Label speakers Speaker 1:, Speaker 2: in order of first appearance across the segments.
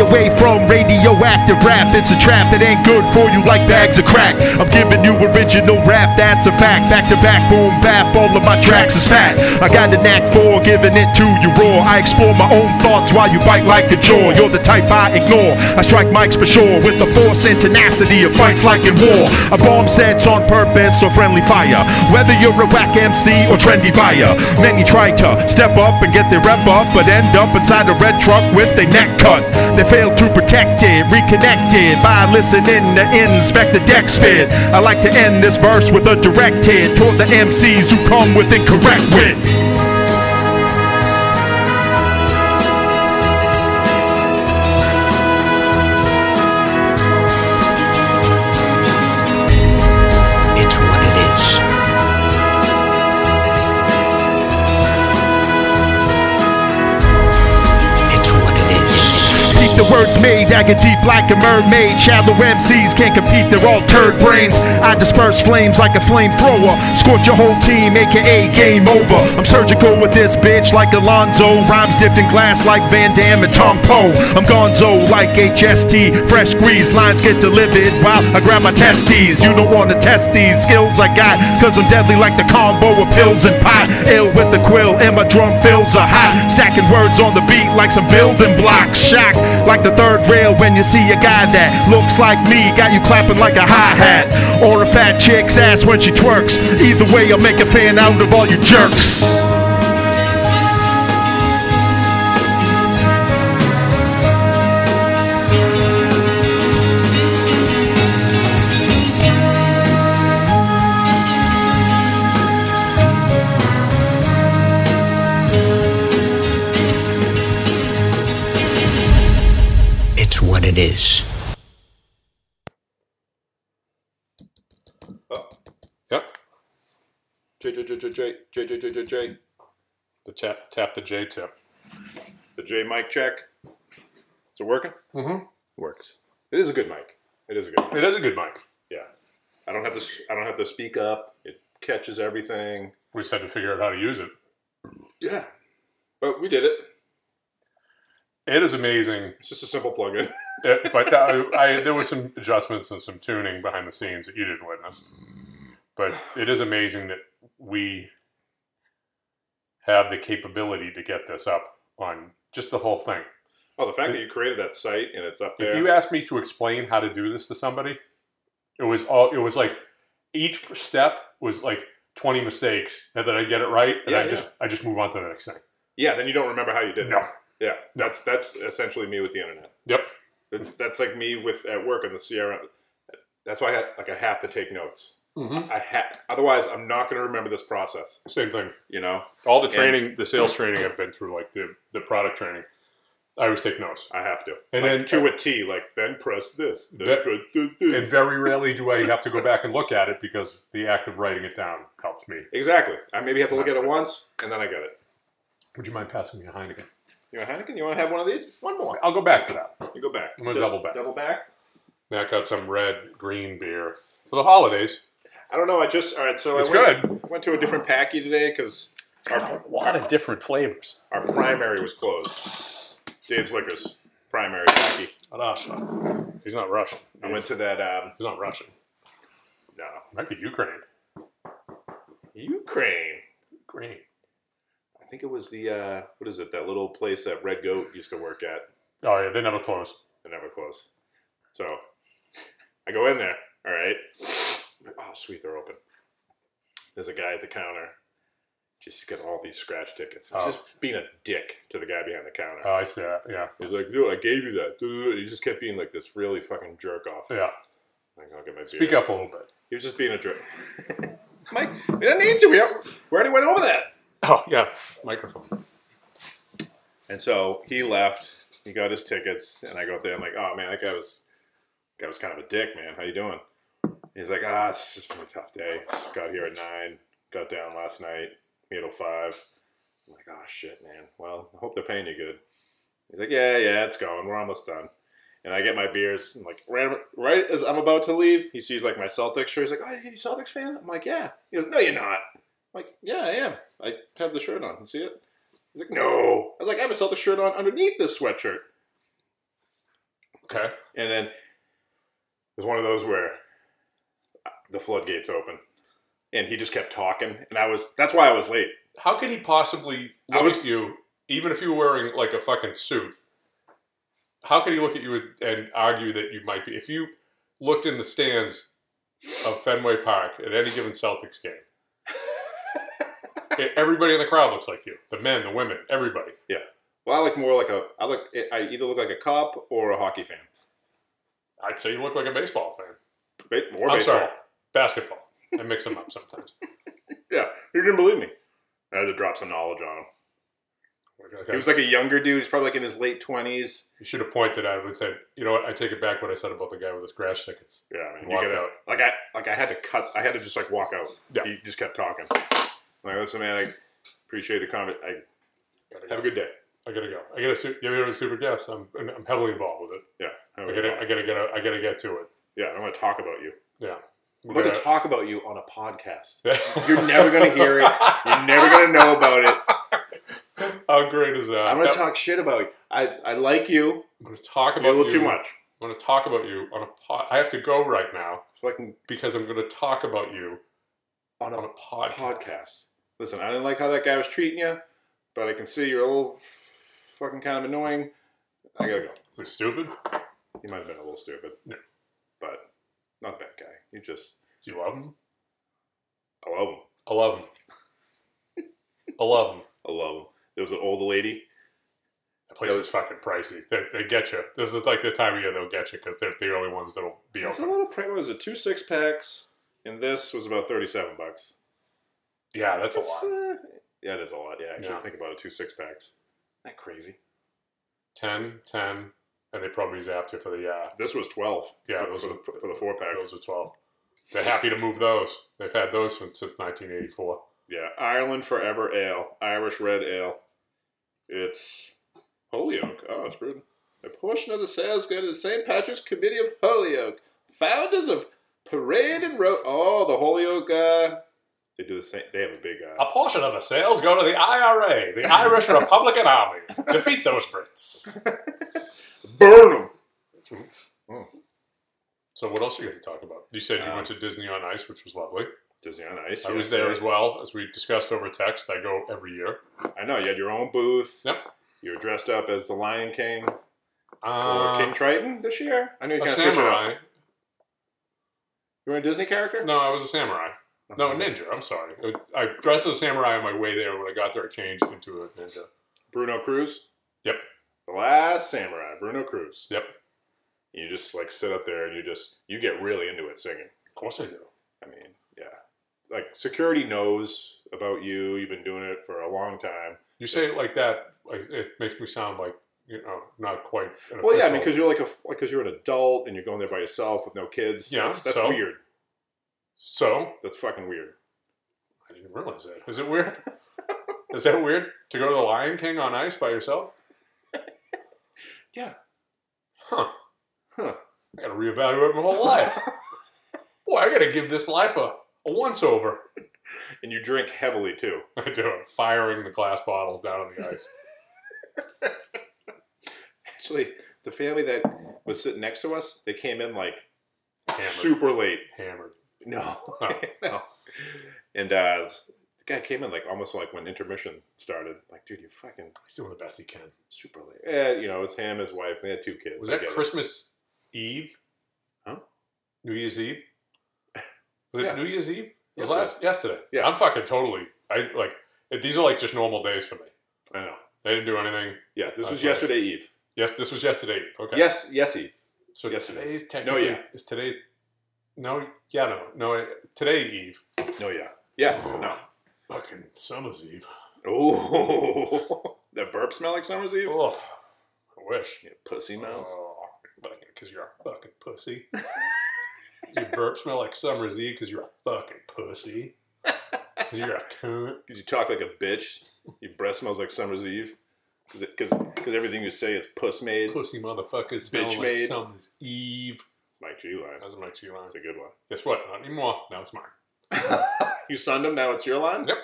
Speaker 1: away from radioactive rap. It's a trap that ain't good for you like bags of crack. I'm giving you original rap, that's a fact. Back to back, boom, bap, all of my tracks is fat. I got the knack for giving it to you raw. I explore my own thoughts while you bite like a jaw. You're the type I ignore. I strike mics for sure with the force and tenacity of fights like in war. A bomb sets on purpose or friendly fire. Whether you're a whack MC or trendy buyer, many try to step up and get their rep up, but end up inside a red truck with their neck cut. They fail to protect it, reconnected by listening to inspect the deck spit. I like to end this verse with a direct hit toward the MCs who come with incorrect wit.
Speaker 2: It's what it is. It's what it is.
Speaker 1: Keep the words made, dagger deep like a mermaid. Shallow MCs can't compete, they're all turd brains. I disperse flames like a flamethrower. Scorch your whole team, aka game over. I'm surgical with this bitch like Alonzo. Rhymes dipped in glass like Van Damme and Tom Poe. I'm gonzo like HST. Fresh squeeze, lines get delivered while I grab my testes. You don't wanna test these skills I got, cause I'm deadly like the combo of pills and pot. Ill with the quill, and my drum fills are hot. Stacking words on the beat like some building blocks. Shocked like the third rail when you see a guy that looks like me, got you clapping like a hi hat. Or a fat chick's ass when she twerks. Either way, I'll make a fan out of all you jerks.
Speaker 2: It's what it is.
Speaker 3: Oh, yep. J J J J J J J J J J.
Speaker 4: The tap tap the J tip.
Speaker 3: The J mic check. Is it working?
Speaker 4: Mhm.
Speaker 3: Works. It is a good mic. It is a good mic.
Speaker 4: It is a good mic.
Speaker 3: Yeah. I don't have to. s- I don't have to speak up. It catches everything.
Speaker 4: We just had to figure out how to use it.
Speaker 3: Yeah. But we did it.
Speaker 4: It is amazing,
Speaker 3: It's just a simple plug-in.
Speaker 4: It- but I, I, there were some adjustments and some tuning behind the scenes that you didn't witness. But it is amazing that we have the capability to get this up on just the whole thing.
Speaker 3: Oh, the fact that you created that site and it's up there.
Speaker 4: If you asked me to explain how to do this to somebody, it was all it was like each step was like twenty mistakes, and then I get it right, and
Speaker 3: Yeah,
Speaker 4: I
Speaker 3: yeah.
Speaker 4: just I just move on to the next thing.
Speaker 3: yeah, then you don't remember how you did it.
Speaker 4: No.
Speaker 3: Yeah. That's that's essentially me with the internet.
Speaker 4: Yep.
Speaker 3: That's that's like me with at work on the CRM. That's why I like I have to take notes.
Speaker 4: Mm-hmm.
Speaker 3: I ha- otherwise I'm not going to remember this process.
Speaker 4: Same thing.
Speaker 3: You know,
Speaker 4: All the
Speaker 3: And-
Speaker 4: training, the sales training I've been through, like the the product training, I always take notes.
Speaker 3: I have to.
Speaker 4: And
Speaker 3: Like,
Speaker 4: then- uh,
Speaker 3: to a T, like then press this. Then
Speaker 4: That-
Speaker 3: press do- do.
Speaker 4: And very rarely do I have to go back and look at it because the act of writing it down helps me.
Speaker 3: exactly. I maybe have to look at it
Speaker 4: Master.
Speaker 3: once and then I got it.
Speaker 4: Would you mind passing me a Heineken?
Speaker 3: You know, Heineken, you want to have one of these? One more.
Speaker 4: I'll go back to that.
Speaker 3: You go back.
Speaker 4: I'm gonna
Speaker 3: Du-
Speaker 4: double back.
Speaker 3: Double back.
Speaker 4: Now I got some red green beer for the holidays.
Speaker 3: I don't know. I just all right. So
Speaker 4: It's
Speaker 3: I went, Went to a different packy today because our,
Speaker 4: lot of different flavors.
Speaker 3: our primary was closed. Dave's Liquors primary packy.
Speaker 4: Russia. He's not Russian.
Speaker 3: I went to that. Um,
Speaker 4: He's not Russian.
Speaker 3: no,
Speaker 4: Might be Ukraine.
Speaker 3: Ukraine.
Speaker 4: Ukraine.
Speaker 3: I think it was the uh, what is it? That little place that Red Goat used to work at.
Speaker 4: Oh yeah, they never close.
Speaker 3: They never close. So I go in there. All right. Oh, sweet, they're open. There's a guy at the counter. Just got all these scratch tickets. He's
Speaker 4: Oh.
Speaker 3: just being a dick to the guy behind the counter.
Speaker 4: Oh, I see that. Yeah,
Speaker 3: He's like, dude, I gave you that. Dude, he just kept being like this really fucking jerk off.
Speaker 4: yeah.
Speaker 3: Like, I'll get my
Speaker 4: Speak
Speaker 3: beers.
Speaker 4: up a little bit.
Speaker 3: He was just being a jerk. Mike, we didn't need to. We al- we already went over that.
Speaker 4: Oh yeah, microphone.
Speaker 3: And so he left. He got his tickets, and I go up there. I'm like, oh man, that guy was, guy was kind of a dick, man. How you doing? He's like, ah, it's just been a tough day. Got here at nine. Got down last night. Eight oh five. I'm like, oh shit, man. Well, I hope they're paying you good. He's like, yeah, yeah, it's going. We're almost done. And I get my beers. And like, right, right as I'm about to leave, he sees like my Celtics shirt. He's like, oh, you Celtics fan? I'm like, yeah. He goes, no, you're not. I'm like, yeah, I am. I have the shirt on. You see it? He's like, no. I was like, I have a Celtic shirt on underneath this sweatshirt.
Speaker 4: Okay.
Speaker 3: And then it was one of those where the floodgates open, and he just kept talking, and I was that's why I was late.
Speaker 4: How could he possibly
Speaker 3: I
Speaker 4: look
Speaker 3: was-
Speaker 4: at you, even if you were wearing like a fucking suit? How could he look at you with- and argue that you might be? If you looked in the stands of Fenway Park at any given Celtics game, e- everybody in the crowd looks like you. The men, the women, everybody.
Speaker 3: Well, I look more like a I look I either look like a cop or a hockey fan.
Speaker 4: I'd say you look like a baseball fan.
Speaker 3: Ba- More
Speaker 4: I'm
Speaker 3: baseball.
Speaker 4: sorry, basketball. I mix them up sometimes.
Speaker 3: Yeah, you didn't believe me. I had to drop some knowledge on him. He was like a younger dude. He's probably like in his late twenties.
Speaker 4: you should have pointed out and said, "You know what? I take it back. What I said about the guy with his grass tickets."
Speaker 3: Yeah, I mean, you
Speaker 4: Walked
Speaker 3: gotta,
Speaker 4: out.
Speaker 3: like I like I had to cut. I had to just like walk out.
Speaker 4: Yeah.
Speaker 3: He just kept talking. I'm like, listen, man, I appreciate the comment. I
Speaker 4: Gotta
Speaker 3: have a
Speaker 4: go.
Speaker 3: good day.
Speaker 4: I gotta go. I gotta. su- You ever heard of super guest? I'm I'm heavily involved with it.
Speaker 3: Oh, Yeah. have a
Speaker 4: I
Speaker 3: good
Speaker 4: gotta.
Speaker 3: day.
Speaker 4: I gotta get. I gotta get to it.
Speaker 3: yeah, I'm gonna talk about you.
Speaker 4: Yeah.
Speaker 3: I'm about to talk about you on a podcast.
Speaker 4: talk.
Speaker 3: You're never gonna hear it. You're never gonna know about it.
Speaker 4: How great is that?
Speaker 3: I'm gonna
Speaker 4: That-
Speaker 3: talk shit about you. I I like you.
Speaker 4: I'm gonna talk
Speaker 3: Maybe
Speaker 4: about
Speaker 3: a little
Speaker 4: you.
Speaker 3: too much.
Speaker 4: I'm gonna talk about you on a pod. I have to go right now
Speaker 3: So I can
Speaker 4: because I'm gonna talk about you
Speaker 3: on
Speaker 4: on
Speaker 3: a
Speaker 4: a pod.
Speaker 3: podcast. Listen, I didn't like how that guy was treating you, but I can see you're a little fucking kind of annoying. I gotta go.
Speaker 4: Is it stupid?
Speaker 3: He might have been a little stupid,
Speaker 4: Yeah.
Speaker 3: but not a bad guy. You just
Speaker 4: Do you love him?
Speaker 3: I love him.
Speaker 4: I love him. I love him.
Speaker 3: I love him. There was an old lady.
Speaker 4: That place
Speaker 3: That
Speaker 4: is fucking pricey. They, they get you. This is like the time of year they'll get you because they're the only ones that'll be
Speaker 3: It's a
Speaker 4: open.
Speaker 3: little price. What was it? Two six packs, and this was about thirty-seven bucks.
Speaker 4: Yeah, that's a lot.
Speaker 3: uh, yeah, it is a lot. Yeah, actually,
Speaker 4: Yeah.
Speaker 3: think about it. Two six packs. Isn't that crazy?
Speaker 4: 10, 10, and they probably zapped you for the uh,
Speaker 3: This was twelve.
Speaker 4: Yeah,
Speaker 3: for,
Speaker 4: those
Speaker 3: for,
Speaker 4: are-
Speaker 3: the, for the four pack.
Speaker 4: Those are 12. They're happy to move those. They've had those since, since 1984.
Speaker 3: Yeah, Ireland Forever Ale, Irish Red Ale. It's Holyoke. Oh, it's brewed. A portion of the sales go to the St. Patrick's Committee of Holyoke, founders of Parade and Road. Oh, the Holyoke. Uh, they do the same. They have a big. Uh,
Speaker 4: A portion of the sales go to the IRA, the Irish Republican Army. Defeat those Brits.
Speaker 3: burn them.
Speaker 4: So, what else are you guys to talk about? You said you
Speaker 3: Um,
Speaker 4: went to Disney on Ice, which was lovely.
Speaker 3: Disney on Ice.
Speaker 4: I was
Speaker 3: yes,
Speaker 4: there
Speaker 3: sir.
Speaker 4: as well, as we discussed over text. I go every year.
Speaker 3: I know you had your own booth.
Speaker 4: Yep.
Speaker 3: You were dressed up as the Lion King or
Speaker 4: Uh,
Speaker 3: King Triton this year. I knew you
Speaker 4: a
Speaker 3: kind of switched it up.
Speaker 4: samurai.
Speaker 3: You were a Disney character?
Speaker 4: No, I was a samurai. No, a ninja. I'm sorry. I dressed as a samurai on my way there. When I got there, I changed into a ninja.
Speaker 3: Bruno Cruz.
Speaker 4: Yep.
Speaker 3: The Last Samurai. Bruno Cruz.
Speaker 4: Yep.
Speaker 3: you just like sit up there and you just you get really into it singing
Speaker 4: Of course I do.
Speaker 3: i mean yeah like security knows about you you've been doing it for a long time
Speaker 4: You say it like that, like, it makes me sound like you know, not quite. An
Speaker 3: well yeah
Speaker 4: official.
Speaker 3: because you're like a because you're an adult and you're going there by yourself with no kids
Speaker 4: Yeah,
Speaker 3: that's, that's
Speaker 4: so?
Speaker 3: weird
Speaker 4: so
Speaker 3: that's fucking weird
Speaker 4: I didn't realize that. Is it weird? Is that weird to go to the Lion King on ice by yourself?
Speaker 3: Yeah.
Speaker 4: Huh.
Speaker 3: Huh.
Speaker 4: I got to reevaluate my whole life. Boy, I got to give this life a, a once over.
Speaker 3: and you drink heavily too
Speaker 4: I do. I'm firing the glass bottles down on the ice.
Speaker 3: actually the family that was sitting next to us they came in like
Speaker 4: Hammered.
Speaker 3: super late
Speaker 4: Hammered.
Speaker 3: no
Speaker 4: Oh.
Speaker 3: no and uh the guy came in like almost like when intermission started like dude you fucking
Speaker 4: He's doing the best he can.
Speaker 3: super late. Eh, you know, it's him, his wife, and they had two kids.
Speaker 4: Was
Speaker 3: I
Speaker 4: that
Speaker 3: get it.
Speaker 4: Christmas Eve?
Speaker 3: Huh?
Speaker 4: New Year's Eve? Was it
Speaker 3: Yeah.
Speaker 4: New Year's Eve? It was
Speaker 3: Yesterday.
Speaker 4: last yesterday.
Speaker 3: Yeah.
Speaker 4: I'm fucking totally. I like it- these are like just normal days for me.
Speaker 3: I know.
Speaker 4: They didn't do anything.
Speaker 3: Yeah, this was
Speaker 4: Okay.
Speaker 3: yesterday Eve.
Speaker 4: Yes, this was yesterday. Eve. Okay.
Speaker 3: Yes, yes Eve.
Speaker 4: So
Speaker 3: yesterday.
Speaker 4: today's technically
Speaker 3: yeah.
Speaker 4: is today. No, yeah, no, no. it- Today Eve.
Speaker 3: No, yeah, yeah, no.
Speaker 4: Fucking summer's Eve.
Speaker 3: Oh, that burp smell like summer's Eve.
Speaker 4: Oh, I wish.
Speaker 3: Yeah, pussy mouth.
Speaker 4: because you're a fucking pussy. your burp smell like summer's Eve because you're a fucking pussy. 'Cause you're a cunt.
Speaker 3: Because you talk like a bitch. Your breath smells like summer's Eve. Because everything you say is puss made.
Speaker 4: Pussy motherfuckers smell
Speaker 3: Bitch
Speaker 4: like
Speaker 3: made.
Speaker 4: summer's Eve.
Speaker 3: Mike G line.
Speaker 4: That was my two lines.
Speaker 3: That's a good one.
Speaker 4: Guess what? Not anymore. Now it's mine.
Speaker 3: You sunned them. Now it's your line.
Speaker 4: Yep.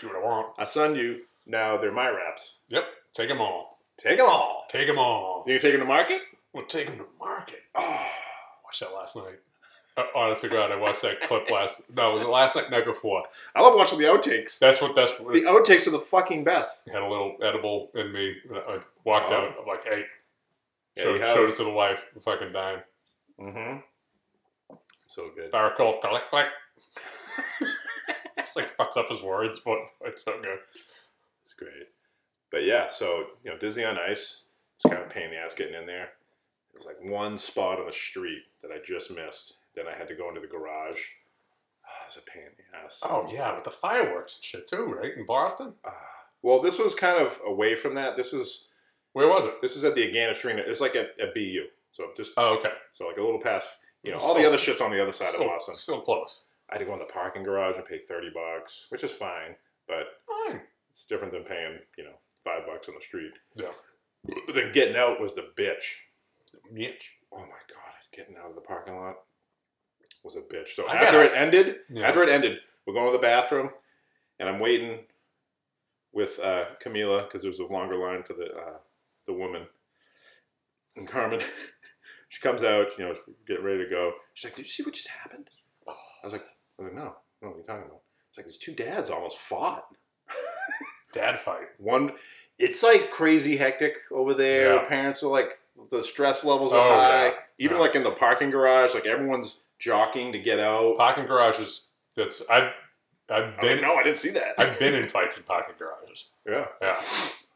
Speaker 4: Do what I want.
Speaker 3: I sunned you. Now they're my raps.
Speaker 4: Yep. Take them all.
Speaker 3: Take them all.
Speaker 4: Take them all.
Speaker 3: You gonna take them to market?
Speaker 4: We'll take him to market. Oh, watched that last night. Uh, Honest to God, I watched that clip last. No, it was the last night, night before.
Speaker 3: I love watching the outtakes.
Speaker 4: That's what. That's what.
Speaker 3: The outtakes are the fucking best.
Speaker 4: had a little edible in me. I walked
Speaker 3: Wow.
Speaker 4: out. I'm like, hey,
Speaker 3: Yeah,
Speaker 4: showed,
Speaker 3: he has-
Speaker 4: showed it to the wife. Fucking dime.
Speaker 3: Mm-hmm. So good.
Speaker 4: Sparkle, click, click. it's like fucks up his words, but it's so good.
Speaker 3: It's great. But yeah, so you know, Disney on Ice was kind of a pain in the ass getting in there. There was like one spot on the street that I just missed. Then I had to go into the garage. Ah, it was a pain in the ass.
Speaker 4: Oh yeah, with the fireworks and shit too, right? In Boston,
Speaker 3: Ah. well, this was kind of away from that. This was
Speaker 4: where was it?
Speaker 3: this was at the Agana Arena. It's like at, at BU. So just
Speaker 4: Oh, okay,
Speaker 3: so like a little past. You know, all the other shit's on the other side of
Speaker 4: Still-
Speaker 3: Boston.
Speaker 4: Still close.
Speaker 3: I had to go in the parking garage and pay thirty bucks, which is fine, but
Speaker 4: Fine.
Speaker 3: it's different than paying you know five bucks on the street.
Speaker 4: Yeah.
Speaker 3: But then getting out was the bitch.
Speaker 4: Mitch.
Speaker 3: oh my god, getting out of the parking lot was a bitch. So
Speaker 4: I
Speaker 3: after
Speaker 4: gotta-
Speaker 3: it ended,
Speaker 4: Yeah.
Speaker 3: after it ended, we're going to the bathroom, and I'm waiting with uh, Camila because there was a longer line for the uh, the woman. And Carmen, she comes out, you know, get ready to go. She's like, "Did you see what just happened?" I was like, "I was like, no, no, what are you talking about?" It's like these two dads almost fought.
Speaker 4: Dad fight.
Speaker 3: One, it's like crazy hectic over there.
Speaker 4: Yeah.
Speaker 3: Parents are like, the stress levels are
Speaker 4: Oh,
Speaker 3: high.
Speaker 4: yeah.
Speaker 3: Even
Speaker 4: Yeah.
Speaker 3: like in the parking garage, like everyone's jockeying to get out.
Speaker 4: Parking garages. That's I've I've
Speaker 3: I didn't
Speaker 4: been
Speaker 3: know. I didn't see that.
Speaker 4: I've been in fights in parking garages.
Speaker 3: yeah.
Speaker 4: Yeah,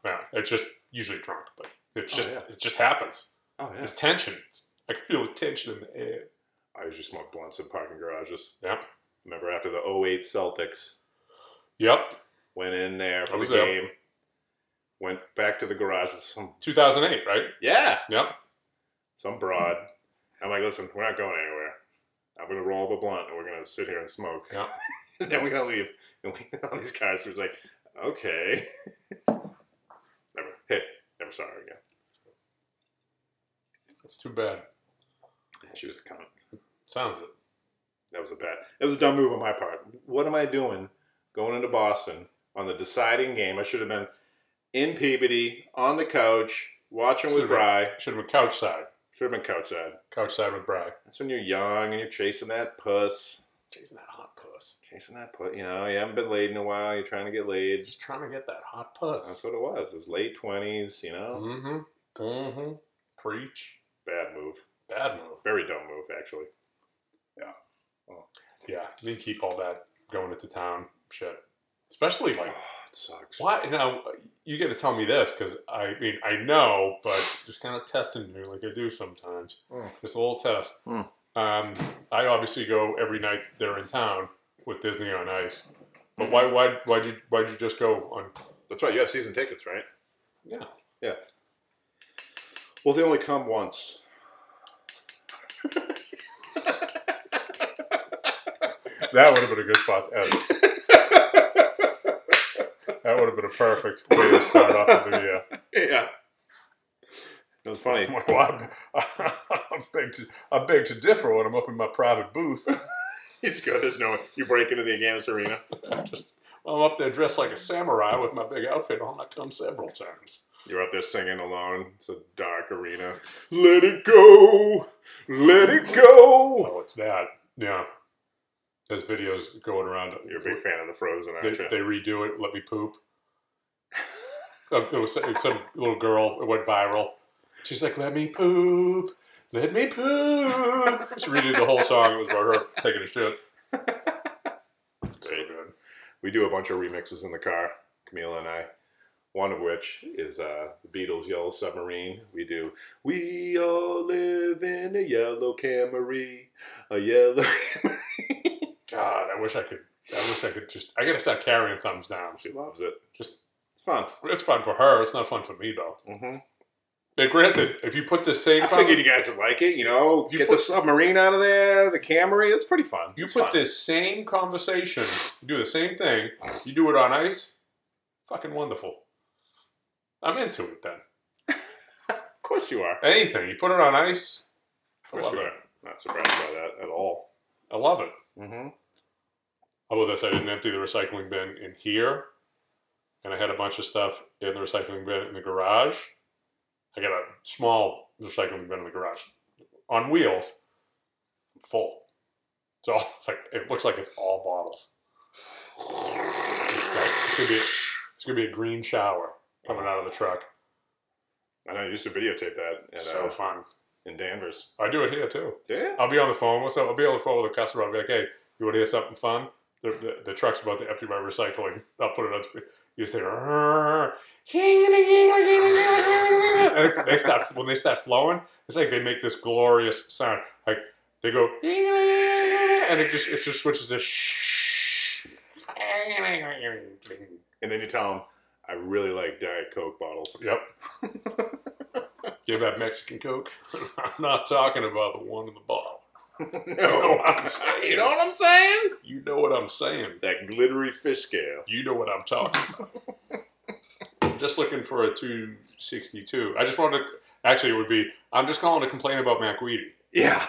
Speaker 4: yeah. It's just usually drunk, but it's
Speaker 3: Oh,
Speaker 4: just
Speaker 3: yeah.
Speaker 4: it just happens.
Speaker 3: Oh yeah.
Speaker 4: It's tension. I can feel the tension in the air.
Speaker 3: I usually smoke blunts in parking garages.
Speaker 4: Yeah.
Speaker 3: Remember after the 08 Celtics
Speaker 4: Yep.
Speaker 3: went in there
Speaker 4: I
Speaker 3: for the
Speaker 4: was there.
Speaker 3: game, went back to the garage with some
Speaker 4: 2008, right?
Speaker 3: yeah
Speaker 4: Yep.
Speaker 3: some broad. I'm like, listen, we're not going anywhere. I'm gonna roll up a blunt and we're gonna sit here and smoke.
Speaker 4: Yeah.
Speaker 3: and then we're gonna leave. And we all these guys were like, okay. never hey, never saw her again.
Speaker 4: That's too bad.
Speaker 3: She was a cunt.
Speaker 4: Sounds it.
Speaker 3: That was a bad that was a dumb move on my part. What am I doing going into Boston on the deciding game? I should have been in Peabody, on the couch, watching with
Speaker 4: Should've been-
Speaker 3: Bry.
Speaker 4: Should have been couch side.
Speaker 3: Should have been couch side.
Speaker 4: Couch side with Bragg.
Speaker 3: That's when you're young and you're chasing that puss.
Speaker 4: Chasing that hot puss.
Speaker 3: Chasing that puss. You know, you haven't been laid in a while, you're trying to get laid.
Speaker 4: Just trying to get that hot
Speaker 3: That's
Speaker 4: puss.
Speaker 3: what it was. It was late twenties, you know.
Speaker 4: Mm-hmm. Mm-hmm. Preach.
Speaker 3: Bad move.
Speaker 4: Bad move.
Speaker 3: Very dumb move, actually.
Speaker 4: Yeah. You can keep all that going into town shit. Especially
Speaker 3: Oh,
Speaker 4: like
Speaker 3: it sucks.
Speaker 4: why now you gotta tell me this because I mean I know, but just kind of testing me like I do sometimes.
Speaker 3: Mm.
Speaker 4: Just a little test.
Speaker 3: Mm.
Speaker 4: Um, I obviously go every night they're in town with Disney on Ice.
Speaker 3: Mm-hmm.
Speaker 4: But why why why'd you why'd you just go on
Speaker 3: That's right. You have season tickets, right?
Speaker 4: Yeah.
Speaker 3: Yeah. Well, they only come once.
Speaker 4: That would have been a good spot to end. it. That would have been a perfect way to start off the video.
Speaker 3: Yeah. It was funny.
Speaker 4: Well, I'm, I'm, big to, I'm big to differ when I'm up in my private booth.
Speaker 3: He's good. There's no you break into the Agamas Arena.
Speaker 4: I'm, just, I'm up there dressed like a samurai with my big outfit on. I come several times.
Speaker 3: You're up there singing alone. It's a dark arena. Let it go. Let it go.
Speaker 4: Oh, it's that. Yeah. There's videos going around.
Speaker 3: You're a big fan of the Frozen,
Speaker 4: They,
Speaker 3: aren't you?
Speaker 4: they redo it. Let me poop. Uh, there was some, some little girl. It went viral. She's like, "Let me poop, let me poop." She redid the whole song. It was about her taking a shit. So
Speaker 3: Great.
Speaker 4: good.
Speaker 3: We do a bunch of remixes in the car, Camila and I. One of which is uh, the Beatles' Yellow Submarine. We do, we all live in a yellow Camry, a yellow.
Speaker 4: God, I wish I could. I wish I could just. I gotta stop carrying thumbs down.
Speaker 3: she loves it.
Speaker 4: Just
Speaker 3: It's fun.
Speaker 4: it's fun for her. It's not fun for me though.
Speaker 3: Mm-hmm.
Speaker 4: And granted, if you put the same,
Speaker 3: I
Speaker 4: thumbs-
Speaker 3: figured you guys would like it. You know,
Speaker 4: You
Speaker 3: get
Speaker 4: put-
Speaker 3: the submarine out of there, the Camry. It's pretty fun.
Speaker 4: You
Speaker 3: It's
Speaker 4: put
Speaker 3: fun.
Speaker 4: this same conversation, you do the same thing, you do it on ice, fucking wonderful. I'm into it then.
Speaker 3: Of course you are.
Speaker 4: Anything, you put it on ice,
Speaker 3: Of
Speaker 4: I
Speaker 3: course
Speaker 4: love
Speaker 3: you
Speaker 4: it.
Speaker 3: are. Not surprised by that at all.
Speaker 4: I love it.
Speaker 3: Mm-hmm.
Speaker 4: How about this? I didn't empty the recycling bin in here, and I had a bunch of stuff in the recycling bin in the garage. I got a small recycling bin in the garage on wheels, full. So it's like it looks like it's all bottles. Like, it's gonna be it's gonna be a green shower coming out of the truck.
Speaker 3: I know you used to videotape that at,
Speaker 4: so
Speaker 3: uh,
Speaker 4: fun.
Speaker 3: in Danvers.
Speaker 4: I do it here too.
Speaker 3: Yeah.
Speaker 4: I'll be on the phone. What's up? I'll be on the phone with a customer. I'll be like, hey, you want to hear something fun? The, the, the truck's about to empty my recycling. I'll put it on. sp- You say, "Rrrr." and they start when they start flowing. It's like they make this glorious sound. Like they go, and it just it just switches to. shh.
Speaker 3: And then you tell them, I really like Diet Coke bottles.
Speaker 4: Yep. Give that Mexican Coke. I'm not talking about the one in the bottle.
Speaker 3: no,
Speaker 4: I'm saying.
Speaker 3: you know what I'm saying?
Speaker 4: You know what I'm saying.
Speaker 3: That glittery fish scale.
Speaker 4: You know what I'm talking about. I'm just looking for a 262. I just wanted to, actually, it would be, I'm just calling to complain about MacWeedy.
Speaker 3: Yeah.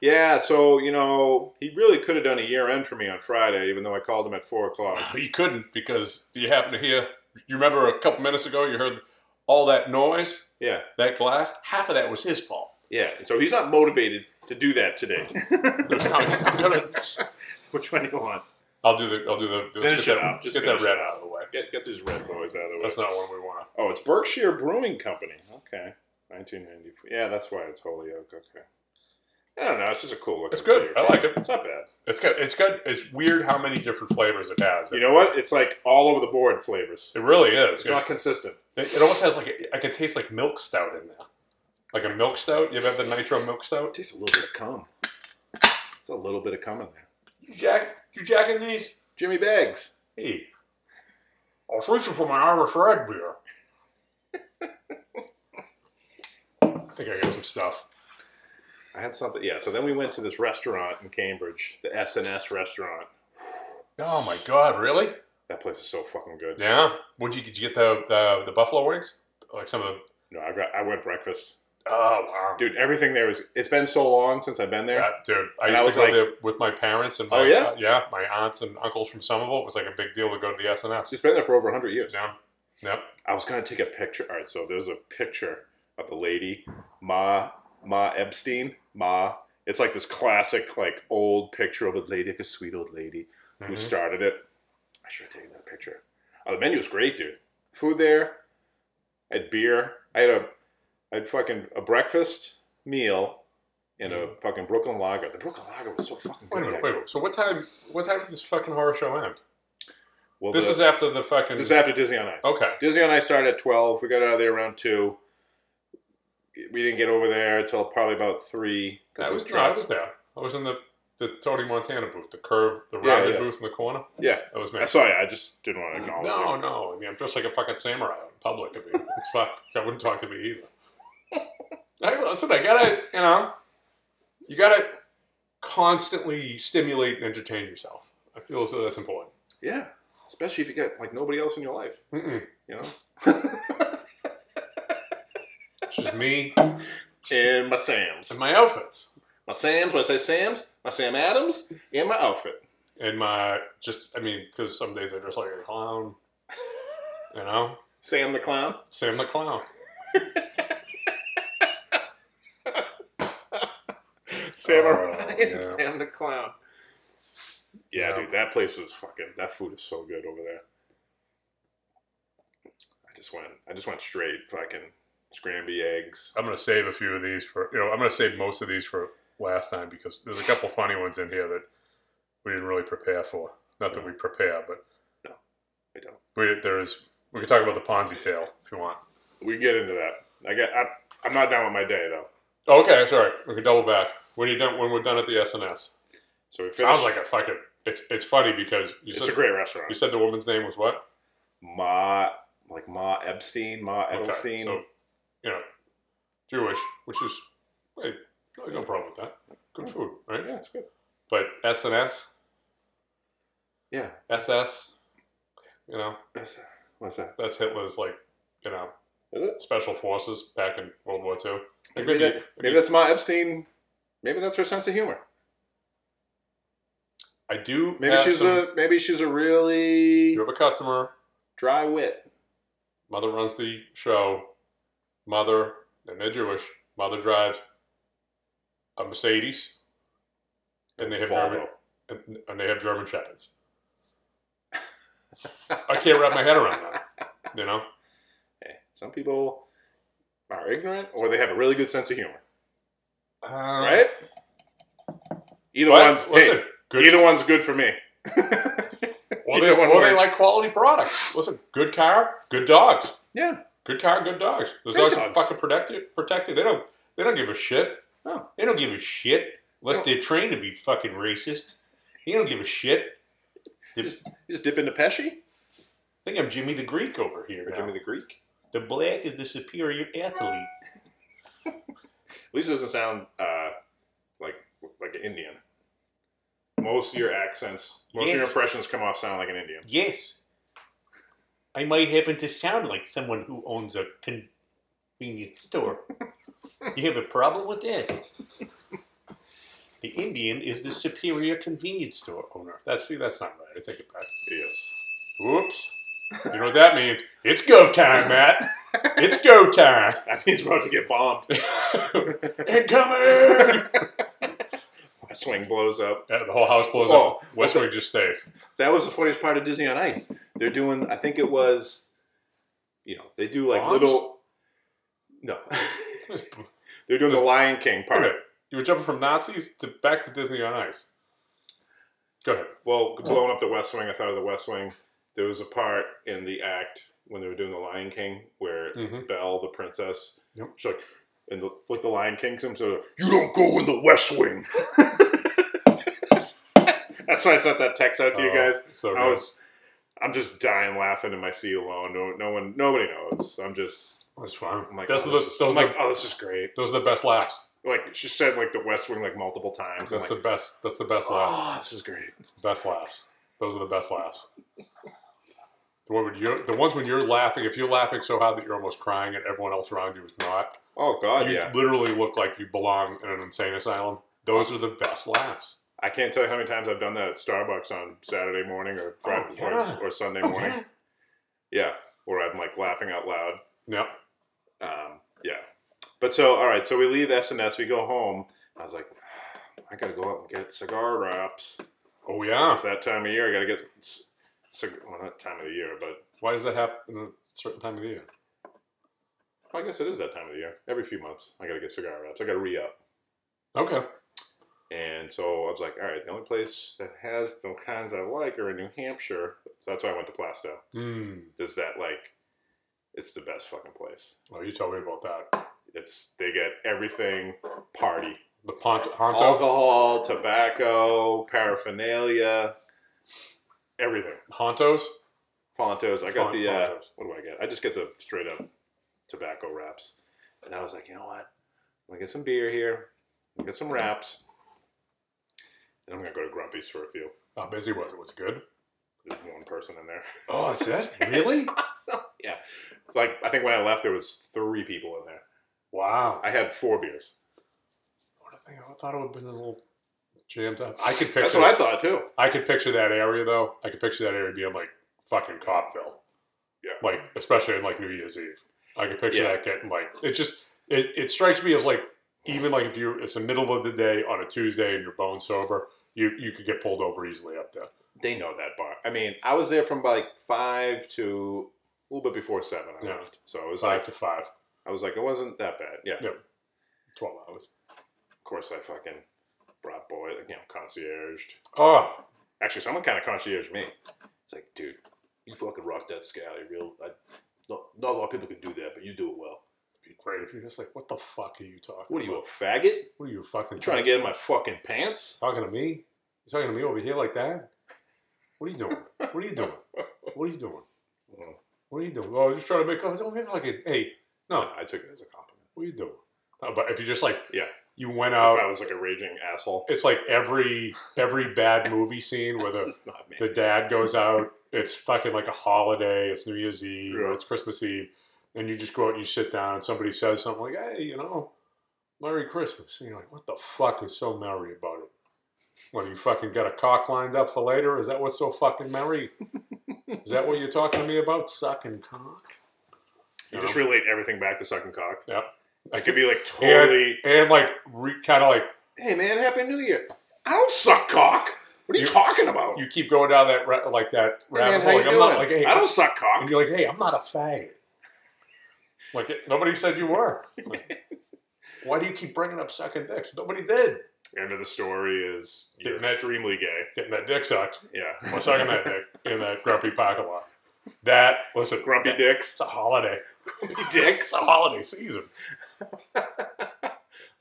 Speaker 3: yeah, so, you know, he really could have done a year end for me on Friday, even though I called him at 4 o'clock.
Speaker 4: You couldn't because do you happen to hear, you remember a couple minutes ago you heard all that noise,
Speaker 3: Yeah,
Speaker 4: that glass? Half of that was his fault.
Speaker 3: yeah. So he's not motivated to do that today.
Speaker 4: There's not- I'm gonna-
Speaker 3: Which one do you want?
Speaker 4: I'll do the, I'll do the, let's
Speaker 3: Finish
Speaker 4: get
Speaker 3: it
Speaker 4: that,
Speaker 3: up. Just
Speaker 4: get that
Speaker 3: finish
Speaker 4: red
Speaker 3: it
Speaker 4: out of the way.
Speaker 3: Get, get these red boys out of the way.
Speaker 4: That's not one we want
Speaker 3: Oh, it's Berkshire Brewing Company. Okay. 1994. Yeah, that's why it's Holyoke. Okay. I don't know. It's just a cool looking
Speaker 4: It's good.
Speaker 3: beer.
Speaker 4: I like it.
Speaker 3: It's not bad.
Speaker 4: It's got, it's got, it's weird how many different flavors it has.
Speaker 3: You know what? It's like all over the board flavors.
Speaker 4: It really is.
Speaker 3: It's not consistent.
Speaker 4: It, it almost has like a, I can taste like milk stout in there, like a milk stout. You ever have the nitro milk
Speaker 3: It
Speaker 4: stout?
Speaker 3: tastes a little bit of cum. It's a little bit of cum in there.
Speaker 4: You jack, you jacking these?
Speaker 3: Jimmy Bags.
Speaker 4: Hey, I was reaching for my Irish red beer. I think I got some stuff.
Speaker 3: I had something. Yeah. So then we went to this restaurant in Cambridge, the S and S restaurant.
Speaker 4: Oh my god, really?
Speaker 3: That place is so fucking good.
Speaker 4: Yeah. Would you did you get the the, the buffalo wings? Like some of the.
Speaker 3: No, I got. I went breakfast,
Speaker 4: Oh wow,
Speaker 3: dude. Everything there is. It's been so long since I've been there.
Speaker 4: Yeah, dude, I
Speaker 3: And I
Speaker 4: used to
Speaker 3: was
Speaker 4: go
Speaker 3: like-
Speaker 4: there with my parents and my uh,
Speaker 3: Oh, yeah?
Speaker 4: yeah, my aunts and uncles from Somerville. It was like a big deal to go to the SNS.
Speaker 3: It's been there for over hundred years.
Speaker 4: Yeah, yeah.
Speaker 3: I was gonna take a picture. All right, so there's a picture of the lady, Ma Ma Epstein, Ma. It's like this classic, like old picture of a lady, like a sweet old lady who
Speaker 4: Mhm.
Speaker 3: started it. I should have taken that picture. Oh, the menu was great, dude. Food there. I had beer. I had a, I had fucking a breakfast meal, and a fucking Brooklyn Lager. The Brooklyn Lager was so fucking good.
Speaker 4: Mm. Wait a minute,
Speaker 3: actually.
Speaker 4: wait a minute. So what time? What time did this fucking horror show end?
Speaker 3: Well,
Speaker 4: this
Speaker 3: the-
Speaker 4: is after the fucking.
Speaker 3: This is after Disney on Ice.
Speaker 4: Okay.
Speaker 3: Disney on Ice started at 12. We got out of there around 2. We didn't get over there until probably about 3. 'cause
Speaker 4: I
Speaker 3: it
Speaker 4: was, no, I
Speaker 3: traffic.
Speaker 4: was there. I was in the the Tony Montana booth, the curve, the
Speaker 3: Yeah,
Speaker 4: rounded
Speaker 3: yeah.
Speaker 4: booth in the corner.
Speaker 3: Yeah.
Speaker 4: That was me.
Speaker 3: I'm sorry. I just didn't want to acknowledge
Speaker 4: No,
Speaker 3: it.
Speaker 4: no. I mean, I'm just like a fucking samurai out in public. I mean, it's fuck. I wouldn't talk to me either. I, listen, I gotta, you know, you gotta constantly stimulate and entertain yourself. I feel as though that's important.
Speaker 3: Yeah. Especially if you got like nobody else in your life,
Speaker 4: Mm-mm.
Speaker 3: you know?
Speaker 4: It's just me
Speaker 3: And my Sam's.
Speaker 4: and my outfits.
Speaker 3: My Sam's, when I say Sam's, my Sam Adams, and my outfit.
Speaker 4: And my just, I mean, because some days I dress like a clown. You know,
Speaker 3: Sam the Clown.
Speaker 4: Sam the clown.
Speaker 3: Samurai.
Speaker 4: Oh,
Speaker 3: and
Speaker 4: yeah.
Speaker 3: Sam the Clown. Yeah,
Speaker 4: Yeah.
Speaker 3: dude, that place was fucking. That food is so good over there. I just went. I just went straight fucking scramby eggs.
Speaker 4: I'm gonna save a few of these for you know. I'm gonna save most of these for last time because there's a couple funny ones in here that we didn't really prepare for. Not that we prepare, but
Speaker 3: I don't.
Speaker 4: we there's we can talk about the Ponzi tale if you want.
Speaker 3: We get into that. I get. I, I'm not down with my day though.
Speaker 4: Okay, sorry. We can double back when you done when we're done at the SNS.
Speaker 3: So we finished.
Speaker 4: Sounds like a fucking. It's it's funny because you
Speaker 3: it's
Speaker 4: said
Speaker 3: a great
Speaker 4: you
Speaker 3: restaurant.
Speaker 4: said the woman's name was what?
Speaker 3: Ma, like Ma Epstein, Ma Edelstein.
Speaker 4: Okay, so you know, Jewish, which is hey, no- no problem with that. Good food, right?
Speaker 3: yeah, it's good.
Speaker 4: But SNS,
Speaker 3: Yeah.
Speaker 4: SS, you know.
Speaker 3: That's- What's that?
Speaker 4: that's Hitler's like, you know,
Speaker 3: Is it?
Speaker 4: special forces back in World War II. It
Speaker 3: Maybe,
Speaker 4: could be-
Speaker 3: that- maybe that's Ma Epstein. Maybe that's her sense of humor.
Speaker 4: I do.
Speaker 3: Maybe
Speaker 4: have
Speaker 3: she's
Speaker 4: some-
Speaker 3: a. Maybe she's a really
Speaker 4: You have a customer.
Speaker 3: dry wit.
Speaker 4: Mother runs the show. Mother, and they're Jewish. Mother drives a Mercedes, and they have German,
Speaker 3: Volvo.
Speaker 4: and, and they have German shepherds. I can't wrap my head around that. You know,
Speaker 3: Hey, some people are ignorant or they have a really good sense of humor. right? Either
Speaker 4: But,
Speaker 3: one's
Speaker 4: listen,
Speaker 3: hey,
Speaker 4: good-
Speaker 3: either one's good for me.
Speaker 4: Or
Speaker 3: Either
Speaker 4: they,
Speaker 3: one
Speaker 4: or they
Speaker 3: works.
Speaker 4: like quality products. Listen, good car, good dogs.
Speaker 3: Yeah.
Speaker 4: Good car, good dogs. Those
Speaker 3: Great
Speaker 4: dogs, are
Speaker 3: dogs.
Speaker 4: fucking protected. Protected. They don't. They don't give a shit.
Speaker 3: No.
Speaker 4: They don't give a shit unless they're trained to be fucking racist. They don't give a shit. They
Speaker 3: Just just dip into Pesci
Speaker 4: think I'm Jimmy the Greek over here.
Speaker 3: or
Speaker 4: now.
Speaker 3: Jimmy the Greek.
Speaker 4: the black is the superior athlete.
Speaker 3: At least it doesn't sound uh, like like an Indian. Most of your accents, most of your
Speaker 4: Yes.
Speaker 3: impressions come off sounding like an Indian.
Speaker 4: Yes, I might happen to sound like someone who owns a convenience store. you have a problem with that? The Indian is the superior convenience store owner. That's see, that's not right. I take it back.
Speaker 3: It is.
Speaker 4: Whoops. You know what that means? It's go time, Matt. It's go time. Uh,
Speaker 3: That means we're about to get bombed.
Speaker 4: Incoming!
Speaker 3: My swing blows up.
Speaker 4: Yeah, the whole house blows
Speaker 3: Oh,
Speaker 4: up. Westwood just stays.
Speaker 3: That was the funniest part of Disney on Ice. They're doing, I think it was, you know, they do like
Speaker 4: Bombs?
Speaker 3: little. No.
Speaker 4: Wait
Speaker 3: They're doing the Lion King
Speaker 4: a
Speaker 3: part.
Speaker 4: minute. You were jumping from Nazis to back to Disney on Ice. Go ahead.
Speaker 3: Well, blowing up the West Wing, I thought of the West Wing. There was a part in the act when they were doing the Lion King where
Speaker 4: Mhm.
Speaker 3: Belle, the princess,
Speaker 4: Yep.
Speaker 3: she's like, and the, like the Lion King comes so you don't go in the West Wing. That's why I sent that text out to you
Speaker 4: Oh,
Speaker 3: guys.
Speaker 4: So
Speaker 3: I
Speaker 4: good.
Speaker 3: was, I'm just dying laughing in my seat alone. No, no one, nobody knows. I'm just,
Speaker 4: That's fine.
Speaker 3: I'm like,
Speaker 4: Those
Speaker 3: oh,
Speaker 4: are
Speaker 3: this
Speaker 4: the-
Speaker 3: is-
Speaker 4: those
Speaker 3: I'm
Speaker 4: are
Speaker 3: like,
Speaker 4: the-
Speaker 3: oh, this is great.
Speaker 4: Those are the best laughs.
Speaker 3: Like she said, like the West Wing, like multiple times. I'm
Speaker 4: That's the
Speaker 3: like,
Speaker 4: best. That's the best laugh.
Speaker 3: oh, this is great.
Speaker 4: Best laughs. Those are the best laughs. The, one when you're, the ones when you're laughing, if you're laughing so hard that you're almost crying and everyone else around you is not,
Speaker 3: Oh God,
Speaker 4: you
Speaker 3: yeah.
Speaker 4: literally look like you belong in an insane asylum. Those are the best laughs.
Speaker 3: I can't tell you how many times I've done that at Starbucks on Saturday morning or Friday
Speaker 4: Oh, yeah.
Speaker 3: or, or Sunday morning.
Speaker 4: yeah.
Speaker 3: yeah. where I'm like laughing out loud.
Speaker 4: Yep.
Speaker 3: Um, yeah, but so all right, so we leave SNS, we go home. I was like, I gotta go out and get cigar wraps.
Speaker 4: Oh yeah.
Speaker 3: It's that time of year. I gotta get c- cig- well, not time of the year, but
Speaker 4: Why does that happen at a certain time of the year?
Speaker 3: well, I guess it is that time of the year. Every few months, I gotta get cigar wraps. I gotta re up.
Speaker 4: Okay.
Speaker 3: And so I was like, all right, the only place that has the kinds I like are in New Hampshire. So that's why I went to Plastow.
Speaker 4: Hmm.
Speaker 3: There's that like, it's the best fucking place.
Speaker 4: Well, you told me about that.
Speaker 3: It's they get everything party,
Speaker 4: The Pont- Honto.
Speaker 3: alcohol, tobacco, paraphernalia, everything.
Speaker 4: Hontos.
Speaker 3: Pontos. I got
Speaker 4: Fun-
Speaker 3: the uh,
Speaker 4: Pontos.
Speaker 3: what do I get? I just get the straight up tobacco wraps. And I was like, you know what? I'm gonna get some beer here. I'm gonna get some wraps. And I'm gonna go to Grumpy's for a few.
Speaker 4: How busy was it? Was it good?
Speaker 3: There's one person in there.
Speaker 4: Oh, that's it. Really?
Speaker 3: yeah. Like I think when I left, there was three people in there.
Speaker 4: wow.
Speaker 3: I had four beers.
Speaker 4: I, think, I thought it would have been a little jammed up. I could picture.
Speaker 3: That's what I thought too.
Speaker 4: I could picture that area though. I could picture that area being like fucking Copville.
Speaker 3: Yeah.
Speaker 4: Like especially in like New Year's Eve. I could picture
Speaker 3: Yeah.
Speaker 4: that getting like it just it, it strikes me as like even like if you it's the middle of the day on a Tuesday and you're bone sober, you you could get pulled over easily up there.
Speaker 3: They know that bar. I mean, I was there from like five to a little bit before seven. I
Speaker 4: Yeah.
Speaker 3: left, so it was
Speaker 4: Five
Speaker 3: like
Speaker 4: to five,
Speaker 3: I was like, it wasn't that bad. Yeah.
Speaker 4: Yeah. twelve hours.
Speaker 3: Of course, I fucking brought boy, you know, concierged.
Speaker 4: Oh,
Speaker 3: Actually, someone kind of concierged me. It's like, dude, you fucking rock that scally real. I, not, not a lot of people can do that, but you do it well.
Speaker 4: it'd be great if you're just like, what the fuck are you talking?
Speaker 3: What are you,
Speaker 4: about?
Speaker 3: a faggot?
Speaker 4: What are you fucking
Speaker 3: You trying to get in my fucking pants?
Speaker 4: talking to me? You talking to me over here like that? What are you doing? What are you doing? What are you doing?
Speaker 3: Well,
Speaker 4: What are you doing? Oh, I was just trying to make. I was like, oh, maybe like a, hey, no,
Speaker 3: I took it as a compliment.
Speaker 4: What are you doing? No, but if you just like
Speaker 3: Yeah.
Speaker 4: you went
Speaker 3: if I
Speaker 4: out,
Speaker 3: was like a raging asshole,
Speaker 4: it's like every every bad movie scene where
Speaker 3: this
Speaker 4: the,
Speaker 3: is not me.
Speaker 4: the dad goes out. It's fucking like a holiday. It's New Year's Eve.
Speaker 3: Yeah.
Speaker 4: Or it's Christmas Eve, and you just go out and you sit down, and somebody says something like, "Hey, you know, Merry Christmas," and you're like, "What the fuck is so merry about it?" What you fucking got a cock lined up for later? Is that what's so fucking merry? is that what you're talking to me about? Sucking cock?
Speaker 3: you just relate everything back to sucking cock.
Speaker 4: Yeah.
Speaker 3: I could be like
Speaker 4: and,
Speaker 3: totally.
Speaker 4: and like re, kind of like
Speaker 3: hey man, happy New Year! I don't suck cock. What are you,
Speaker 4: You-
Speaker 3: talking about?
Speaker 4: you keep going down that ra- like that
Speaker 3: Hey, man,
Speaker 4: rabbit
Speaker 3: how
Speaker 4: hole.
Speaker 3: you
Speaker 4: Like, I'm
Speaker 3: doing?
Speaker 4: not like hey,
Speaker 3: I don't suck
Speaker 4: And
Speaker 3: cock.
Speaker 4: you're like, hey, I'm not a faggot. Like nobody said you were. Like, why do you keep bringing up sucking dicks? Nobody did.
Speaker 3: End of the story is you're
Speaker 4: Getting that- eh?
Speaker 3: extremely gay.
Speaker 4: Getting that dick sucked.
Speaker 3: Yeah,
Speaker 4: Or sucking that dick in that grumpy parking lot. That listen,
Speaker 3: grumpy
Speaker 4: that-
Speaker 3: dicks,
Speaker 4: It's a holiday.
Speaker 3: grumpy dicks.
Speaker 4: It's a holiday season.
Speaker 3: That'd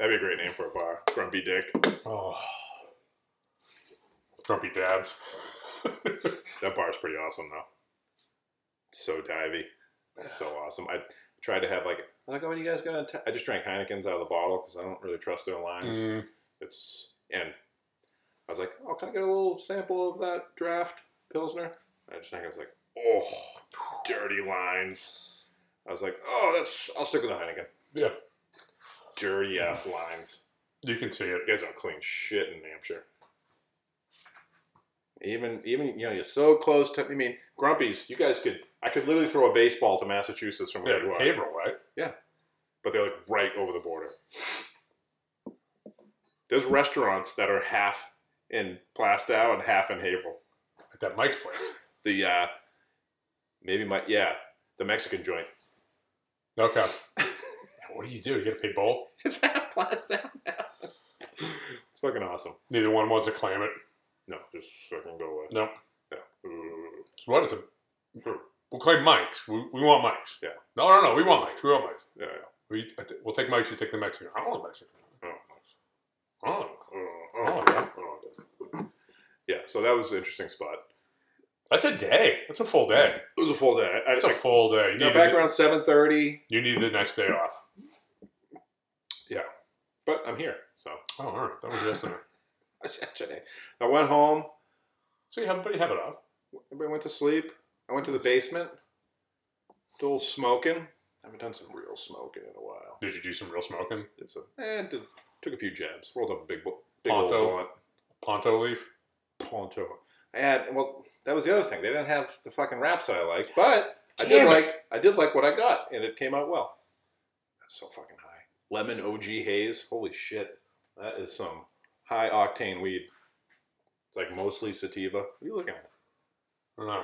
Speaker 3: be a great name for a bar. Grumpy dick.
Speaker 4: Oh. Grumpy dads.
Speaker 3: That bar's pretty awesome though. So divey, so awesome. I tried to have like I'm like, oh, what do you guys got? on ta- I just drank Heinekens out of the bottle because I don't really trust their lines.
Speaker 4: Mm,
Speaker 3: It's and I was like, oh, can I get a little sample of that draft pilsner? I just think I was like, oh, dirty lines. I was like, oh, that's I'll stick with the Heineken.
Speaker 4: yeah,
Speaker 3: Dirty ass lines.
Speaker 4: you can see it.
Speaker 3: You guys don't clean shit in New Hampshire. Even even you know you're so close to. I mean, Grumpies. You guys could I could literally throw a baseball to Massachusetts from where
Speaker 4: Yeah,
Speaker 3: you are,
Speaker 4: Haverhill, right?
Speaker 3: but they're like right over the border. There's restaurants that are half in Plastow and half in Haverhill.
Speaker 4: At that Mike's place.
Speaker 3: The uh, maybe my yeah the Mexican joint.
Speaker 4: Okay. what do you do? You got to pay both.
Speaker 3: It's half Plastow now. it's fucking awesome.
Speaker 4: Neither one wants to claim it.
Speaker 3: No, just fucking go away.
Speaker 4: No.
Speaker 3: Yeah. Ooh.
Speaker 4: It's what? It's a. We'll claim Mike's. We, we want Mike's.
Speaker 3: Yeah.
Speaker 4: No, no, no. We want Mike's. We want Mike's.
Speaker 3: Yeah.
Speaker 4: We, I th- we'll take Mike's. You take the Mexican. I don't want Mexican.
Speaker 3: yeah. Oh.
Speaker 4: Oh.
Speaker 3: Oh, yeah. yeah, so that was an interesting spot.
Speaker 4: That's a day. That's a full day.
Speaker 3: It was a full day. I,
Speaker 4: That's a
Speaker 3: I,
Speaker 4: full day. You
Speaker 3: now
Speaker 4: need,
Speaker 3: back
Speaker 4: the,
Speaker 3: around seven thirty,
Speaker 4: you need the next day off.
Speaker 3: but I'm here. So
Speaker 4: Oh, all right. That was yesterday.
Speaker 3: I checked today. I went home.
Speaker 4: so you have, but you have it off.
Speaker 3: Everybody went to sleep. I went to the basement. Did a little smoking. I haven't done some real smoking in a while.
Speaker 4: Did you do some real smoking?
Speaker 3: Did some, eh, did, took a few jabs. Rolled up a big, bo- big
Speaker 4: Ponto.
Speaker 3: old
Speaker 4: Ponto leaf?
Speaker 3: blunt. Ponto. I had well, that was the other thing. They didn't have the fucking wraps I liked, but I did
Speaker 4: Damn it.
Speaker 3: like I did like what I got, and it came out well. That's so fucking high. Lemon OG haze. Holy shit, that is some high octane weed. It's like mostly sativa. What are you looking at?
Speaker 4: I don't know.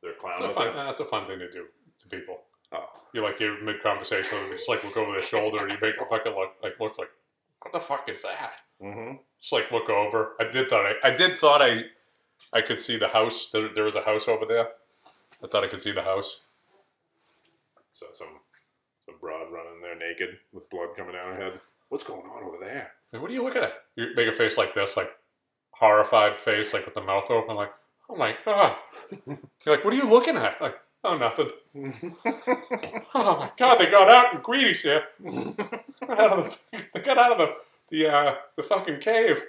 Speaker 3: They're
Speaker 4: That's
Speaker 3: clowning.
Speaker 4: a,
Speaker 3: up
Speaker 4: fun,
Speaker 3: there?
Speaker 4: nah, that's a fun thing to do to people.
Speaker 3: Oh,
Speaker 4: You like you're mid conversation, just like look over their shoulder, and you make the fucking look like look like what the fuck is that?
Speaker 3: mm-hmm.
Speaker 4: Just like look over. I did thought I, I did thought I I could see the house. There, there was a house over there. I thought I could see the house.
Speaker 3: So some some broad running there naked with blood coming down her head. What's going on over there?
Speaker 4: Like, what are you looking at? You make a face like this, like horrified face, like with the mouth open, like oh my god. You're like, what are you looking at? Like oh nothing. Oh my god, they got out and Greedy's here. Got out of the, they got out of the the uh, the fucking cave.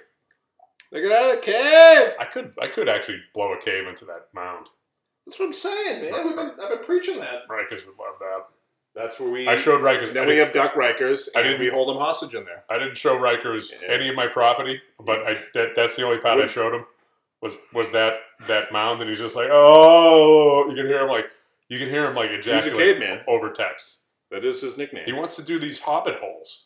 Speaker 3: They get out of the cave.
Speaker 4: I could I could actually blow a cave into that mound.
Speaker 3: That's what I'm saying, man. I've been, I've been preaching that.
Speaker 4: Rikers would love that.
Speaker 3: That's where we.
Speaker 4: I showed Rikers.
Speaker 3: Then
Speaker 4: I,
Speaker 3: we
Speaker 4: didn't,
Speaker 3: abduct Rikers
Speaker 4: I
Speaker 3: and
Speaker 4: didn't-
Speaker 3: we hold them hostage in there.
Speaker 4: I didn't show Rikers
Speaker 3: Yeah.
Speaker 4: any of my property, but I that, that's the only part I
Speaker 3: Would-
Speaker 4: showed him was was that that mound, and he's just like, oh, you can hear him like you can hear him like
Speaker 3: He's a
Speaker 4: ejaculate
Speaker 3: caveman.
Speaker 4: over text.
Speaker 3: That is his
Speaker 4: He
Speaker 3: nickname.
Speaker 4: wants to do these hobbit holes.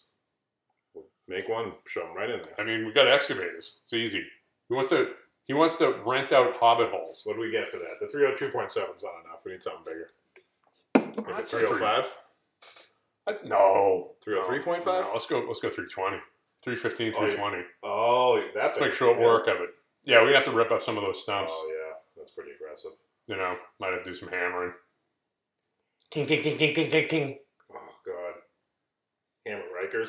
Speaker 3: Make one, shove him right in there.
Speaker 4: I mean, we got excavators. It's easy. He wants to he wants to rent out hobbit holes.
Speaker 3: What do we get for that? The 302.7's not enough. We need something bigger. Maybe
Speaker 4: I'd say
Speaker 3: 305?
Speaker 4: I, no,
Speaker 3: 303.5?
Speaker 4: No, let's go. Let's go 320, 315,
Speaker 3: Oh, yeah.
Speaker 4: 320.
Speaker 3: Oh, that's
Speaker 4: Let's make short work of it. Yeah, we'd have to rip up some of those stumps.
Speaker 3: Oh, yeah. That's pretty aggressive.
Speaker 4: You know, might have to do some hammering.
Speaker 2: Ting, ting, ting, ting, ting, ting, ting.
Speaker 3: Oh, God. Hammer Rikers.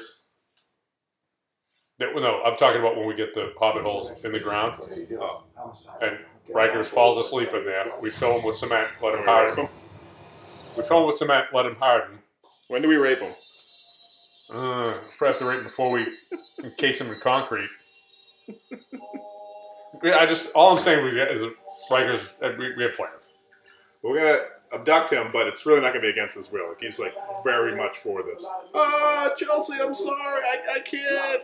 Speaker 4: That- no, I'm talking about when we get the hobbit holes in the ground
Speaker 3: Oh,
Speaker 4: and Rikers falls asleep in there. We fill him with cement, let
Speaker 3: When
Speaker 4: him
Speaker 3: we rape
Speaker 4: harden.
Speaker 3: him?
Speaker 4: We fill him with cement, let him harden.
Speaker 3: When do we rape him?
Speaker 4: Uh, prep to rape before we encase him in concrete. Yeah, I just all I'm saying we get is Rikers. uh, We, we have plans.
Speaker 3: We're going to abduct him, but it's really not going to be against his will. Like, he's, like, very much for this. Ah, Chelsea, I'm sorry. I, I can't.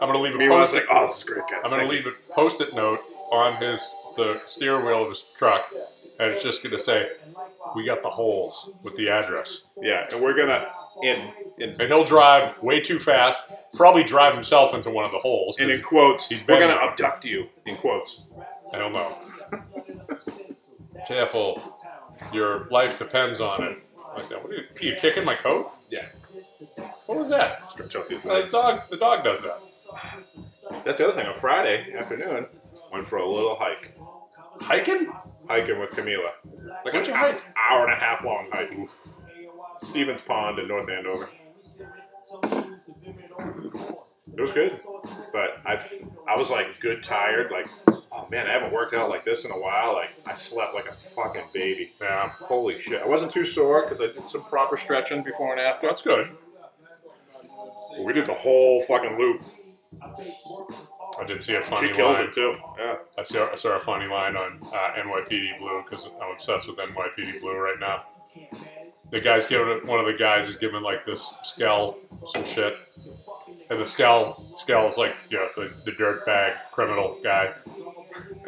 Speaker 4: I'm gonna leave a
Speaker 3: Meanwhile, it's
Speaker 4: post.
Speaker 3: like, oh, this is great, guys.
Speaker 4: I'm gonna
Speaker 3: Thank you.
Speaker 4: leave a post-it note on his the steering wheel of his truck, and it's just gonna say, we got the holes with the address.
Speaker 3: Yeah, and we're gonna in in
Speaker 4: And he'll drive way too fast, probably drive himself into one of the holes.
Speaker 3: and
Speaker 4: 'cause
Speaker 3: in quotes.
Speaker 4: He's
Speaker 3: we're
Speaker 4: banging
Speaker 3: gonna
Speaker 4: on it.
Speaker 3: abduct you in quotes.
Speaker 4: I don't know. Careful. Your life depends on it. Like that. What are you, are you kicking my coat?
Speaker 3: Yeah,
Speaker 4: What was that? Uh,
Speaker 3: stretch out these
Speaker 4: The
Speaker 3: legs.
Speaker 4: dog, the dog does that.
Speaker 3: That's the other thing. On Friday afternoon, went for a little hike,
Speaker 4: Hiking?
Speaker 3: hiking with Camila.
Speaker 4: Like, what'd you hike?
Speaker 3: Hour and a half long hike. Stevens Pond in North Andover. It was good, but I I was like good tired. Like, oh man, I haven't worked out like this in a while. Like, I slept like a fucking baby.
Speaker 4: Yeah.
Speaker 3: Holy shit! I wasn't too sore because I did some proper stretching before and after.
Speaker 4: That's good.
Speaker 3: We did the whole fucking loop.
Speaker 4: I did see a funny
Speaker 3: She killed
Speaker 4: line.
Speaker 3: it too. Yeah.
Speaker 4: I saw, I saw a funny line on uh, NYPD Blue because I'm obsessed with NYPD Blue right now. The guy's giving one of the guys is giving like this scowl, some shit, and the scowl scowl is like you know the, the dirtbag criminal guy.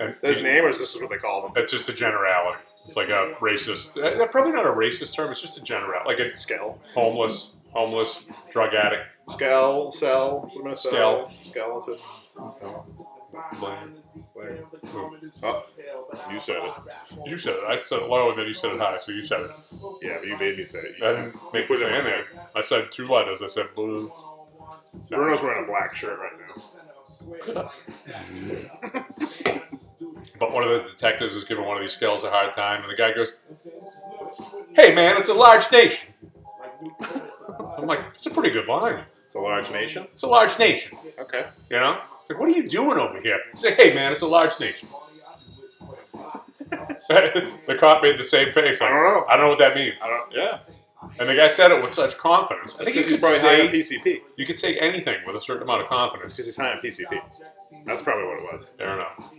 Speaker 4: And
Speaker 3: His
Speaker 4: he-
Speaker 3: name is this is what they call them.
Speaker 4: It's just a generality. It's like a racist. eh, Probably not a racist term. It's just a general, like a
Speaker 3: Scale.
Speaker 4: homeless, homeless drug addict.
Speaker 3: Scale. Cell. What am I
Speaker 4: Scale.
Speaker 3: Skeleton. Oh, you said it.
Speaker 4: You said it. I said it low, and then you said it high. So you said it.
Speaker 3: Yeah, but you made me say it.
Speaker 4: I didn't make
Speaker 3: Put
Speaker 4: this in
Speaker 3: it in
Speaker 4: there. I said two letters. I said blue.
Speaker 3: Bruno's wearing a black shirt right now.
Speaker 4: But one of the detectives is giving one of these scales a hard time, and the guy goes, "Hey, man, it's a large nation." I'm like, "It's a pretty good line.
Speaker 3: It's a large nation.
Speaker 4: It's a large nation."
Speaker 3: Okay.
Speaker 4: You know? It's like, what are you doing over here? He's like, hey, man, it's a large nation. the cop made the same face. Like,
Speaker 3: I don't know.
Speaker 4: I don't know what that means.
Speaker 3: I don't. Yeah.
Speaker 4: And the guy said it with such confidence. I
Speaker 3: That's
Speaker 4: think you
Speaker 3: because he's
Speaker 4: could,
Speaker 3: probably high on
Speaker 4: say,
Speaker 3: PCP.
Speaker 4: you could say anything with a certain amount of confidence.
Speaker 3: Because he's high on PCP. That's probably what it was.
Speaker 4: Fair enough.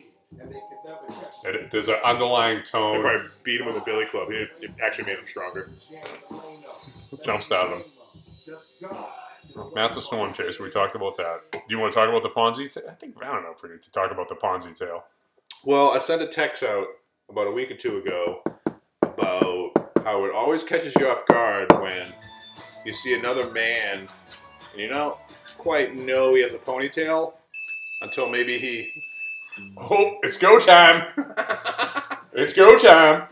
Speaker 4: It- there's an underlying
Speaker 3: They
Speaker 4: tone
Speaker 3: probably beat him with a billy club. It, it actually made him stronger.
Speaker 4: that jumps out of them. Matt's a storm chaser. We talked about that. Do you want to talk about the Ponzi? ta- I think I don't know if we need to talk about the Ponzi tale.
Speaker 3: Well, I sent a text out about a week or two ago about how it always catches you off guard when you see another man and you don't quite know he has a ponytail until maybe he.
Speaker 4: Oh, it's go time. it's go time.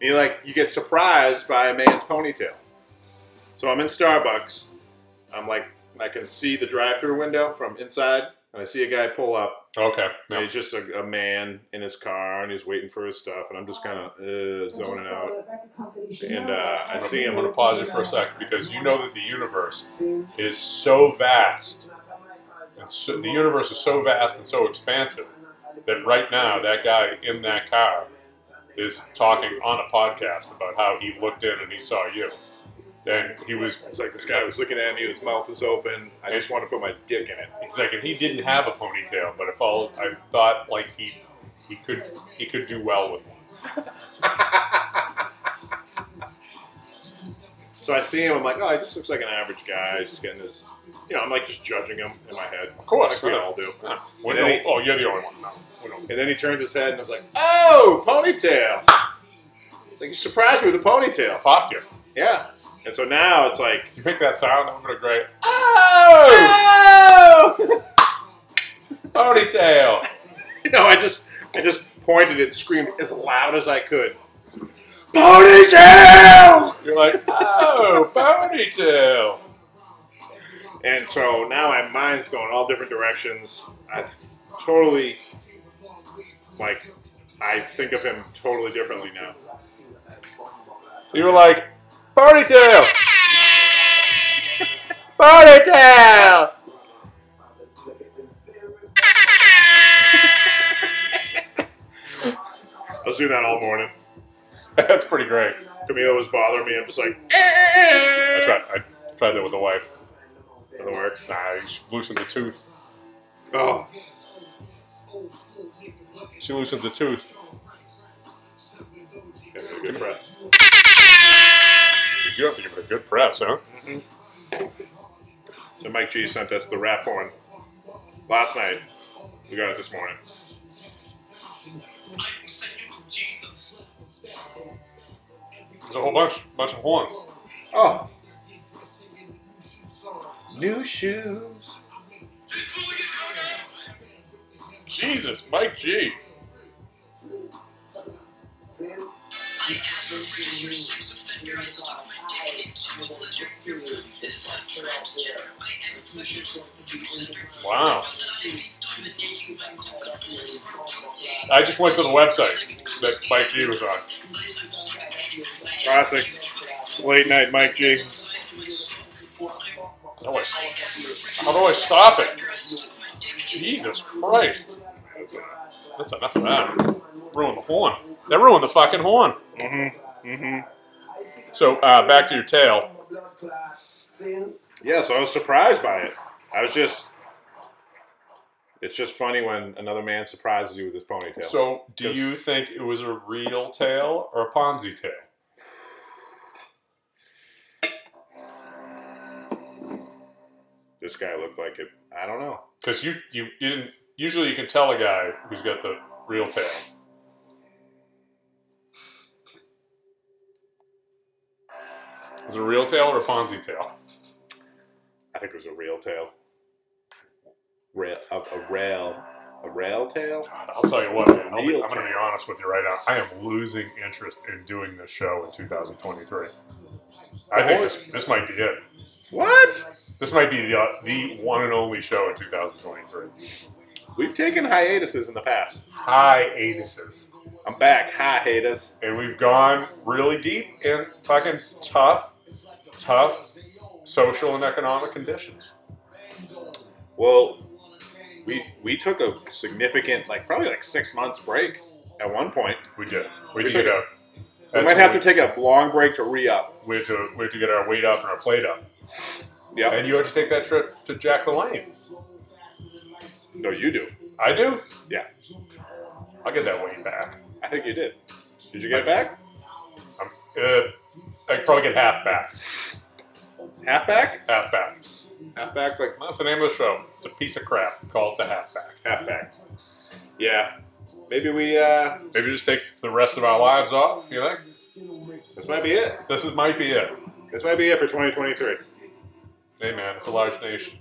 Speaker 3: You like you get surprised by a man's ponytail. So I'm in Starbucks. I'm like I can see the drive-through window from inside, and I see a guy pull up,
Speaker 4: Okay.
Speaker 3: And
Speaker 4: No.
Speaker 3: he's just a, a man in his car and he's waiting for his stuff, and I'm just kind of uh, zoning out.
Speaker 5: And uh, I see
Speaker 4: I'm
Speaker 5: him.
Speaker 4: going to pause it for a sec because you know that the universe is so vast. It's so, the universe is so vast and so expansive that right now that guy in that car is talking on a podcast about how he looked in and he saw you. And he was
Speaker 3: It's like this guy was looking at me, his mouth was open. I just want to put my dick in it.
Speaker 4: He's like, and he didn't have a ponytail, but if all I thought like he he could he could do well with one.
Speaker 3: So I see him, I'm like, oh, he just looks like an average guy. He's just getting his, you know, I'm like just judging him in my head. Of
Speaker 4: course,
Speaker 3: like we
Speaker 4: yeah.
Speaker 3: all do.
Speaker 4: We're
Speaker 3: And then
Speaker 4: the-
Speaker 3: he-
Speaker 4: oh, you're the only one. No, we don't.
Speaker 3: And then he turns his head and I was like, oh, ponytail. It's like, you surprised me with a ponytail.
Speaker 4: Popped you.
Speaker 3: Yeah. And so now it's like,
Speaker 4: You make that sound. I'm gonna great
Speaker 3: oh!
Speaker 4: ponytail.
Speaker 3: You know, I just I just pointed and screamed as loud as I could. Ponytail!
Speaker 4: You're like, oh, ponytail.
Speaker 3: And so now my mind's going all different directions. I totally like I think of him totally differently now.
Speaker 4: You were like, ponytail. ponytail.
Speaker 3: I was doing that all morning.
Speaker 4: That's pretty great.
Speaker 3: Camila was bothering me. I'm just like,
Speaker 4: I tried. I tried that with the wife.
Speaker 3: doesn't work.
Speaker 4: Nah, she loosened the tooth.
Speaker 3: Oh,
Speaker 4: She loosened the tooth.
Speaker 3: give it a good press.
Speaker 4: You have to give it a good press, huh?
Speaker 3: So Mike G sent us the rap horn last night. We got it this morning.
Speaker 6: I will send you to Jesus.
Speaker 4: There's a whole bunch, bunch of horns.
Speaker 3: Oh. New shoes.
Speaker 4: Jesus, Mike G. Wow. I just went to the website that Mike G was on.
Speaker 3: Classic. Late night Mike G.
Speaker 4: How do I, how do I stop it? Jesus Christ. That's enough of that. Ruined the horn. That ruined the fucking horn.
Speaker 3: Mm-hmm. Mm-hmm.
Speaker 4: So uh, back to your tail.
Speaker 3: Yeah, so I was surprised by it. I was just it's just funny when another man surprises you with his ponytail.
Speaker 4: So do
Speaker 3: 'Cause-
Speaker 4: you think it was a real tail or a Ponzi tail?
Speaker 3: this guy looked like it I don't know.
Speaker 4: Because you, you you didn't. Usually, you can tell a guy who's got the real tail. Is it a real tail or a Ponzi tail?
Speaker 3: I think it was a real tail. Rail a, a rail. A rail tail?
Speaker 4: God, I'll tell you what, man. I'll be-
Speaker 3: Real
Speaker 4: I'm going to be
Speaker 3: tail.
Speaker 4: honest with you right now. I am losing interest in doing this show in 2023. I think this this might be it.
Speaker 3: What?
Speaker 4: This might be the uh, the one and only show in 2023.
Speaker 3: We've taken hiatuses in the past.
Speaker 4: High anuses.
Speaker 3: I'm back. Hi haters.
Speaker 4: and we've gone really deep in fucking tough, tough social and economic conditions.
Speaker 3: Well, we we took a significant, like probably like six months break at one point.
Speaker 4: We did. We,
Speaker 3: We
Speaker 4: did get
Speaker 3: took-
Speaker 4: a.
Speaker 3: We might have to take a long break to re up.
Speaker 4: We had to we had to get our weight up and our plate up.
Speaker 3: Yeah.
Speaker 4: And you had to take that trip to Jack the Lane.
Speaker 3: No, you do.
Speaker 4: I do.
Speaker 3: Yeah.
Speaker 4: I'll get that weight back.
Speaker 3: I think you did. Did you get it back?
Speaker 4: I'm, uh, I probably get half back.
Speaker 3: Halfback?
Speaker 4: Half back.
Speaker 3: Halfback, like
Speaker 4: That's the name of the show. It's a piece of crap. Call it the half back.
Speaker 3: halfback. Yeah. Maybe we, uh,
Speaker 4: Maybe just take the rest of our lives off. You think?
Speaker 3: this might be it.
Speaker 4: This is might be it.
Speaker 3: This might be it for 2023.
Speaker 4: Hey man, it's a large nation.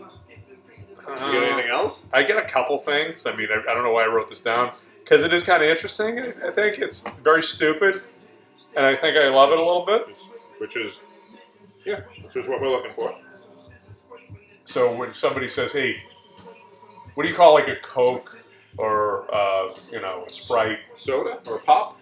Speaker 3: You got
Speaker 4: Uh,
Speaker 3: anything else?
Speaker 4: I get a couple things. I mean, I, I don't know why I wrote this down because it is kind of interesting. I, I think it's very stupid, and I think I love it a little bit.
Speaker 3: Which is,
Speaker 4: Yeah.
Speaker 3: which is what we're looking for.
Speaker 4: So when somebody says, "Hey, what do you call like a Coke or uh, you know a Sprite
Speaker 3: Soda or pop?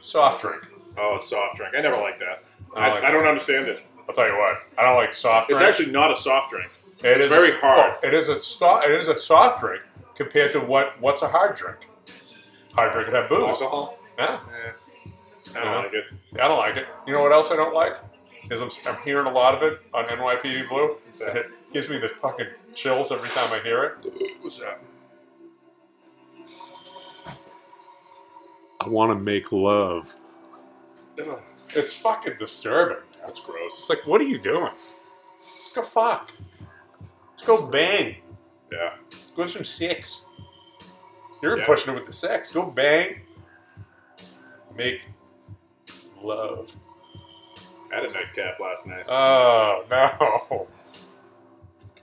Speaker 4: soft drink?"
Speaker 3: Oh, it's soft drink. I never like that.
Speaker 4: I
Speaker 3: I,
Speaker 4: like
Speaker 3: I don't understand it.
Speaker 4: I'll tell you what, I don't like soft
Speaker 3: It's
Speaker 4: drinks.
Speaker 3: actually not a soft drink.
Speaker 4: It
Speaker 3: it's
Speaker 4: is
Speaker 3: very hard.
Speaker 4: oh, it is a soft. It is a soft drink compared to what what's a hard drink. Hard drink could have booze.
Speaker 3: Alcohol?
Speaker 4: Yeah.
Speaker 3: I
Speaker 4: Yeah.
Speaker 3: don't like it.
Speaker 4: I don't like it. You know what else I don't like? Is I'm, I'm hearing a lot of it on NYPD Blue. And it gives me the fucking chills every time I hear it.
Speaker 3: What's that?
Speaker 4: I want to make love.
Speaker 3: Ugh,
Speaker 4: It's fucking disturbing.
Speaker 3: That's
Speaker 4: It's
Speaker 3: gross.
Speaker 4: like, what are you doing? Let's go fuck. Let's go bang.
Speaker 3: Yeah.
Speaker 4: Let's go have some sex. You're
Speaker 3: Yeah.
Speaker 4: pushing it with the sex. Go bang. Make love.
Speaker 3: I had a nightcap last night.
Speaker 4: Oh, no.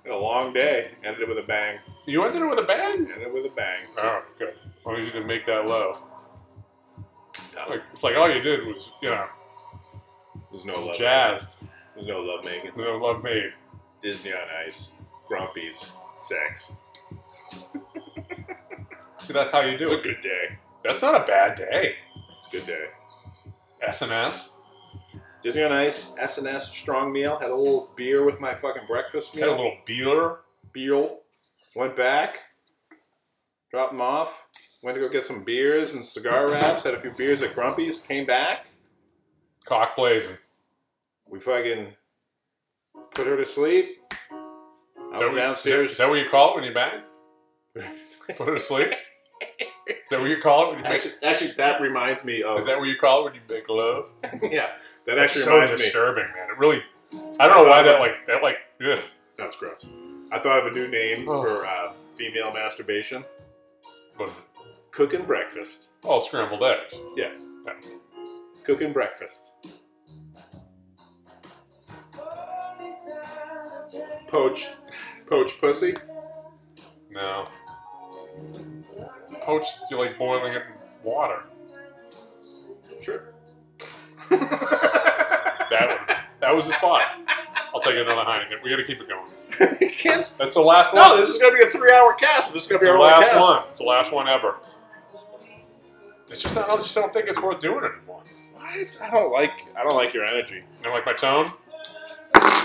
Speaker 3: Had a long day. Ended it with a bang.
Speaker 4: You ended it with a bang?
Speaker 3: Ended it with a bang.
Speaker 4: Oh, good. As long as you didn't make that love. Like, it's like all you did was, you know,
Speaker 3: There's no love.
Speaker 4: jazzed.
Speaker 3: There's no love making.
Speaker 4: You know, love me.
Speaker 3: Disney on Ice. Grumpies. Sex.
Speaker 4: See, that's how you
Speaker 3: It
Speaker 4: do
Speaker 3: was a
Speaker 4: it.
Speaker 3: good day.
Speaker 4: That's not a bad day.
Speaker 3: It's a good day.
Speaker 4: SNS.
Speaker 3: Disney on Ice. S&S strong meal. Had a little beer with my fucking breakfast
Speaker 4: Had
Speaker 3: meal.
Speaker 4: a little beer.
Speaker 3: Beal. Went back. Dropped him off. Went to go get some beers and cigar wraps. Had a few beers at Grumpy's. Came back.
Speaker 4: Cock blazing.
Speaker 3: We fucking put her to sleep. I
Speaker 4: Is that
Speaker 3: was
Speaker 4: what- Is
Speaker 3: downstairs.
Speaker 4: that, is that what you call it when you bang? Put her to sleep? Is that what you call it when you make,
Speaker 3: Actually, actually, that reminds me of
Speaker 4: Is that what you call it when you make love?
Speaker 3: yeah. That
Speaker 4: That's
Speaker 3: actually
Speaker 4: so
Speaker 3: reminds me.
Speaker 4: disturbing, man. It really. I don't know why that like that like. Ugh.
Speaker 3: That's gross. I thought of a new name
Speaker 4: Oh.
Speaker 3: for uh, female masturbation.
Speaker 4: What is it?
Speaker 3: cooking breakfast.
Speaker 4: Oh, scrambled eggs.
Speaker 3: Yeah,
Speaker 4: Yeah.
Speaker 3: cooking breakfast. Poach, poach pussy.
Speaker 4: No. Poached, you like boiling it in water.
Speaker 3: Sure.
Speaker 4: That one, that was the spot. I'll take another Heineken. We got to keep it going.
Speaker 3: You can't s-
Speaker 4: That's the last one.
Speaker 3: No, this is gonna be a three-hour cast. This is gonna
Speaker 4: It's
Speaker 3: be
Speaker 4: the
Speaker 3: our only
Speaker 4: last
Speaker 3: cast.
Speaker 4: one. It's the last one ever. It's just not, I just don't think it's worth doing anymore.
Speaker 3: What? I don't like. I don't like your energy.
Speaker 4: You know, like my tone.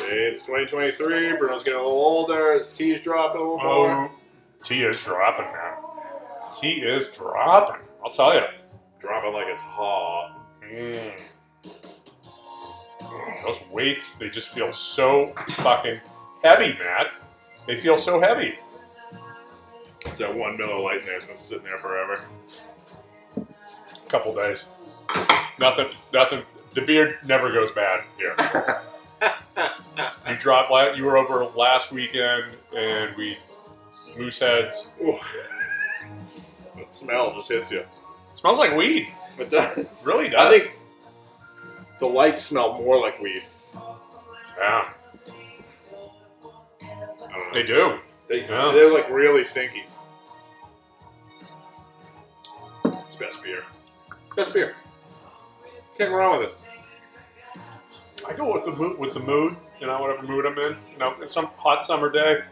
Speaker 3: It's 2023. Bruno's getting a little older. His tea's dropping a little more.
Speaker 4: Oh, T is dropping now. He is dropping. I'll tell you.
Speaker 3: Dropping like it's hot.
Speaker 4: Mm. Mm, Those weights, they just feel so fucking heavy, Matt. They feel so heavy.
Speaker 3: It's that one Miller Lite in there. It's been sitting there forever.
Speaker 4: Couple days. Nothing, nothing. The beard never goes bad here. you dropped, la- you were over last weekend and we, moose heads.
Speaker 3: Ooh. the smell just hits you.
Speaker 4: It smells like weed.
Speaker 3: It does.
Speaker 4: Really
Speaker 3: I
Speaker 4: does.
Speaker 3: think the lights smell more like weed.
Speaker 4: Yeah,
Speaker 3: I don't know.
Speaker 4: they do.
Speaker 3: They,
Speaker 4: Yeah.
Speaker 3: They're like really stinky. It's best beer. Best beer. Can't go wrong with it.
Speaker 4: I go with the mood, with the mood, you know, whatever mood I'm in. You know, it's some hot summer day.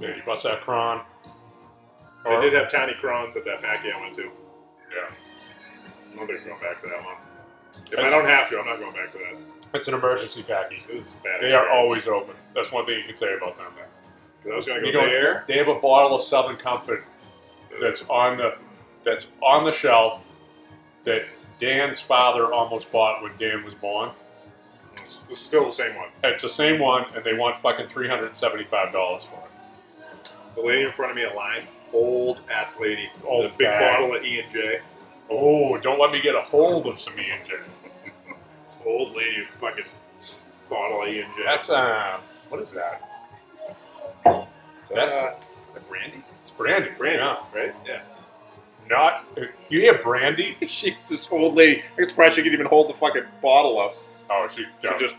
Speaker 4: Man, you bust that cron.
Speaker 3: They did have tiny crons at that packy I went to.
Speaker 4: Yeah,
Speaker 3: I don't think I'm going back to that one. If I
Speaker 4: That's-
Speaker 3: don't have to, I'm not going back to that.
Speaker 4: it's an emergency packy.
Speaker 3: It was a bad.
Speaker 4: They are
Speaker 3: experience.
Speaker 4: always open. That's one thing you can say about them.
Speaker 3: 'Cause I was going to
Speaker 4: You
Speaker 3: go
Speaker 4: go
Speaker 3: there.
Speaker 4: They have a bottle of Southern Comfort that's on the that's on the shelf that Dan's father almost bought when Dan was born.
Speaker 3: It's, it's still the same one.
Speaker 4: It's the same one, and they want fucking three hundred seventy-five dollars for it.
Speaker 3: The lady in front of me in line, old ass lady,
Speaker 4: Old
Speaker 3: the big
Speaker 4: bag.
Speaker 3: bottle of E and J.
Speaker 4: Oh, don't let me get a hold of some E and J.
Speaker 3: This old lady, fucking bottle of E and J.
Speaker 4: That's uh, what is that? that-
Speaker 3: uh, like brandy,
Speaker 4: It's brandy.
Speaker 3: brandy,
Speaker 4: Yeah.
Speaker 3: right? Yeah.
Speaker 4: Not you hear brandy?
Speaker 3: She's this old lady. I'm surprised she could even hold the fucking bottle up.
Speaker 4: Oh, she,
Speaker 3: She
Speaker 4: no,
Speaker 3: just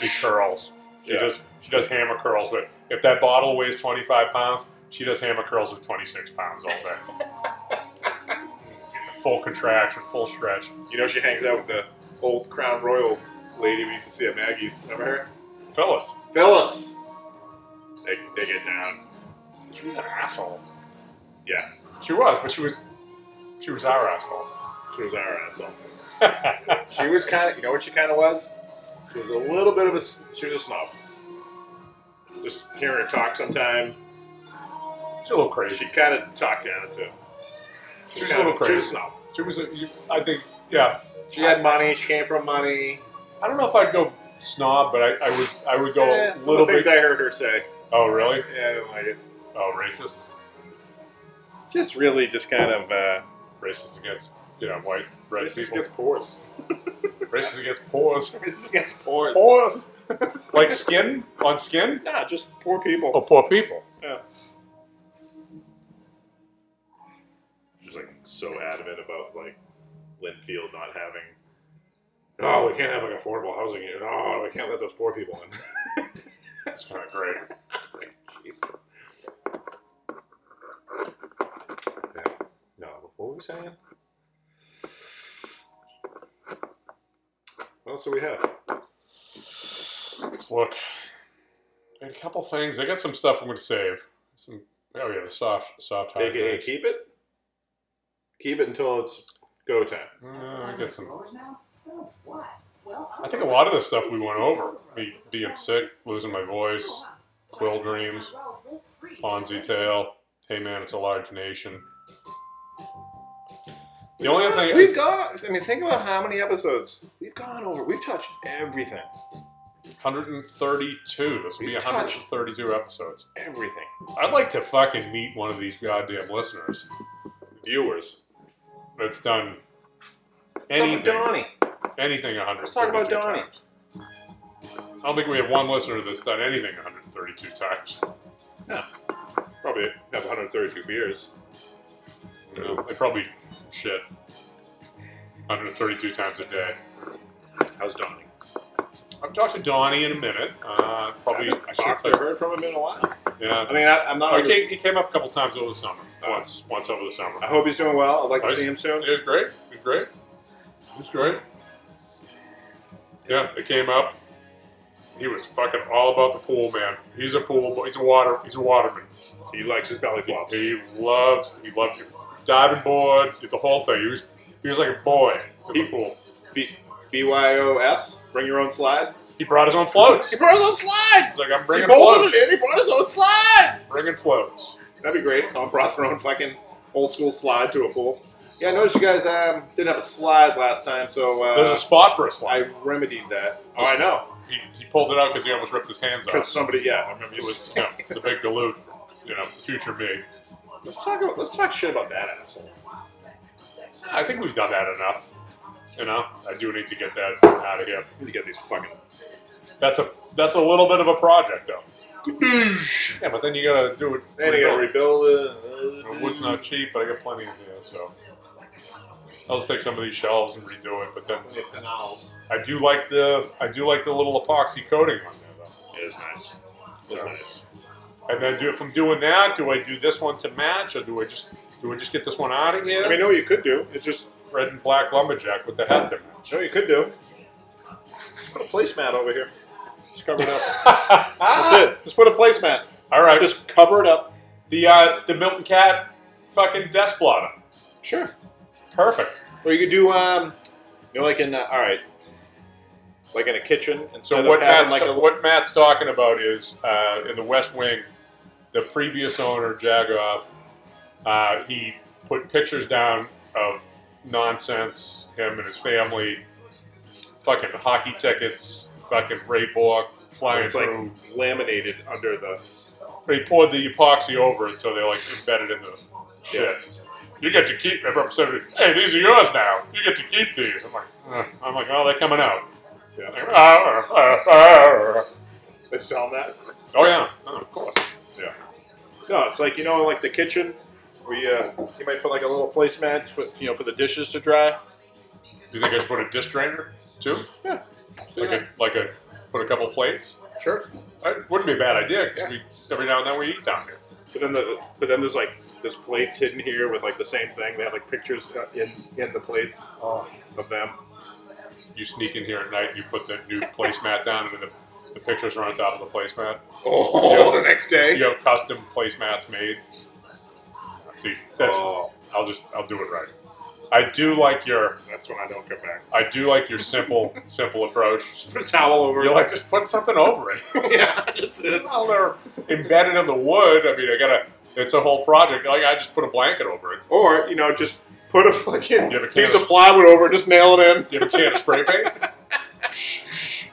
Speaker 4: she curls. She
Speaker 3: Yeah.
Speaker 4: does she does hammer curls with. If that bottle weighs twenty five pounds, she does hammer curls with twenty six pounds all day. full contraction, full stretch.
Speaker 3: You know, she hangs out with the old Crown Royal lady we used to see at Maggie's. Remember her?
Speaker 4: Phyllis,
Speaker 3: Phyllis. They, they get down.
Speaker 4: she was an asshole.
Speaker 3: Yeah,
Speaker 4: She was, but she was she was our asshole.
Speaker 3: she was our asshole. She was kind of, you know what she kind of was? She was a little bit of a, s- she was a snob. Just hearing her talk sometime,
Speaker 4: She's a little crazy.
Speaker 3: she kind of talked down it too.
Speaker 4: She was a little
Speaker 3: She was a
Speaker 4: crazy.
Speaker 3: snob.
Speaker 4: She was. A, you- I think. Yeah.
Speaker 3: She had money. She came from money.
Speaker 4: I don't know if I'd go snob, but I, I would I would go
Speaker 3: Eh,
Speaker 4: a
Speaker 3: some
Speaker 4: little
Speaker 3: of the things
Speaker 4: bit.
Speaker 3: I heard her say.
Speaker 4: oh really?
Speaker 3: Yeah, I didn't like it.
Speaker 4: Oh racist,
Speaker 3: Just really, just kind of. uh
Speaker 4: racist against you know white red
Speaker 3: Racist
Speaker 4: people,
Speaker 3: against pores.
Speaker 4: racist against pores,
Speaker 3: Racist against pores.
Speaker 4: pores, like skin on skin.
Speaker 3: Nah, just poor people.
Speaker 4: Oh, poor people.
Speaker 3: Yeah. She's like so adamant about like Linfield not having. No, Oh, we can't have like affordable housing here. No, we can't let those poor people in.
Speaker 4: That's kind of great.
Speaker 3: it's like Jesus. No, what were we saying? What else do we have?
Speaker 4: Let's look. A couple things. I got some stuff I'm going to save. Some. Oh yeah, the soft soft hard
Speaker 3: AKA
Speaker 4: things.
Speaker 3: keep it. Keep it until it's go time.
Speaker 4: Uh, I got some.
Speaker 5: So what? Well,
Speaker 4: I think a lot of the stuff we went over. Me being sick, losing my voice, Quill Dreams, Ponzi Tale, Hey Man, It's a Large Nation. The only other thing,
Speaker 3: We've gone. I mean, think about how many episodes we've gone over. We've touched everything.
Speaker 4: 132. This will be
Speaker 3: We've
Speaker 4: 132 episodes.
Speaker 3: Everything.
Speaker 4: I'd like to fucking meet one of these goddamn listeners
Speaker 3: Viewers.
Speaker 4: that's done
Speaker 3: Anything.
Speaker 4: anything,
Speaker 3: Donnie.
Speaker 4: anything 132
Speaker 3: Let's talk about Donnie.
Speaker 4: times. I don't think we have one listener that's done anything 132 times.
Speaker 3: Probably have 132 beers.
Speaker 4: probably shit 132 times a day.
Speaker 3: How's Donnie?
Speaker 4: I've talked to Donnie in a minute. Uh, probably,
Speaker 3: I haven't talked to heard from him in a while.
Speaker 4: Yeah.
Speaker 3: I mean, I, I'm not.
Speaker 4: Oh,
Speaker 3: like-
Speaker 4: he, came, he came up a couple times over the summer. Once, once over the
Speaker 3: I
Speaker 4: summer.
Speaker 3: hope he's doing well. I'd like
Speaker 4: I-
Speaker 3: to see him soon.
Speaker 4: It was great. It was great. It was great. Yeah, it came up. He was fucking all about the pool, man. He's a pool boy. He's a water. He's a waterman.
Speaker 3: He likes his belly flops.
Speaker 4: He, he loves. He loved diving board. Did the whole thing. He was. He was like a boy to the pool.
Speaker 3: B- BYOS, bring your own slide.
Speaker 4: He brought his own floats.
Speaker 3: He
Speaker 4: He's
Speaker 3: brought his own slide.
Speaker 4: like, I'm
Speaker 3: He
Speaker 4: bringing
Speaker 3: bolted
Speaker 4: floats.
Speaker 3: it in. He brought his own slide.
Speaker 4: Bringing floats.
Speaker 3: That'd be great. Someone brought their own fucking old school slide to a pool. Yeah, I noticed you guys um, didn't have a slide last time, so
Speaker 4: There's a
Speaker 3: uh,
Speaker 4: spot for a
Speaker 3: I
Speaker 4: slide.
Speaker 3: remedied that. Oh, I know.
Speaker 4: He, he pulled it out because he almost ripped his hands
Speaker 3: Because
Speaker 4: off.
Speaker 3: somebody, yeah, I remember
Speaker 4: It
Speaker 3: you
Speaker 4: was
Speaker 3: was.
Speaker 4: you know, the big galoot, you know, future me.
Speaker 3: Let's talk. About, let's talk shit about that asshole.
Speaker 4: I think we've done that enough. You know, I do need to get that out of here.
Speaker 3: You get these fucking.
Speaker 4: That's a that's a little bit of a project though. yeah, but then you gotta do it.
Speaker 3: Then you gotta
Speaker 4: rebuild.
Speaker 3: rebuild it.
Speaker 4: The wood's not cheap, but I got plenty of here, so I'll just take some of these shelves and redo it. But then
Speaker 3: Get the knobs.
Speaker 4: I do like the I do like the little epoxy coating on there though.
Speaker 3: It is nice. It is
Speaker 4: So-
Speaker 3: nice.
Speaker 4: And then do from doing that, do I do this one to match, or do I just do I just get this one out of here?
Speaker 3: I mean, know what you could do? It's just
Speaker 4: red and black lumberjack with the hat to match.
Speaker 3: You know what you could do? Put a placemat over here. Just cover it up. That's it. Just put a placemat.
Speaker 4: All right,
Speaker 3: Just cover it up.
Speaker 4: The uh, the Milton Cat fucking desk blotter.
Speaker 3: Sure.
Speaker 4: Perfect.
Speaker 3: Or you could do, um, you know, like in, uh, all right, like in a kitchen. Instead
Speaker 4: So
Speaker 3: of
Speaker 4: what
Speaker 3: having
Speaker 4: Matt's
Speaker 3: like a,
Speaker 4: what Matt's talking about is uh, in the West Wing, the previous owner Jagoff, uh, he put pictures down of nonsense, him and his family, fucking hockey tickets, fucking Ray Bork flying
Speaker 3: it's like
Speaker 4: through.
Speaker 3: laminated under the.
Speaker 4: they poured the epoxy over it, so they're like embedded in the shit. You get to keep. Everyone said, "Hey, these are yours now. You get to keep these." I'm like, "Ugh." I'm like, "Oh, they're coming out."
Speaker 3: Yeah.
Speaker 4: Like, "Ah, ah, ah, ah."
Speaker 3: They sell them that.
Speaker 4: Oh yeah, oh, of course.
Speaker 3: Yeah. No, it's like you know, like the kitchen. We uh, you might put like a little placemat for you know for the dishes to dry.
Speaker 4: You think I should put a dish drainer too?
Speaker 3: Yeah.
Speaker 4: Like a like a put a couple plates.
Speaker 3: Sure.
Speaker 4: That wouldn't be a bad idea because
Speaker 3: Yeah.
Speaker 4: we every now and then we eat down here.
Speaker 3: But then, the, but then there's like there's plates hidden here with like the same thing. They have like pictures uh, in in the plates of them.
Speaker 4: You sneak in here at night. You put the new placemat down, and then the, the pictures are on top of the placemat.
Speaker 3: Oh, the next day.
Speaker 4: You have custom placemats made. See, that's
Speaker 3: Oh,
Speaker 4: I'll just I'll do it right. I do like your
Speaker 3: that's when I don't come back.
Speaker 4: I do like your simple simple approach.
Speaker 3: Put a towel over.
Speaker 4: You're
Speaker 3: it.
Speaker 4: like just put something over it.
Speaker 3: yeah, that's it.
Speaker 4: Well, they're embedded in the wood. I mean, I gotta. It's a whole project. Like I just put a blanket over it.
Speaker 3: Or you know, just put a fucking
Speaker 4: You have a can
Speaker 3: piece
Speaker 4: of-
Speaker 3: of plywood over it, just nail it in.
Speaker 4: You have a can of spray paint.
Speaker 3: Just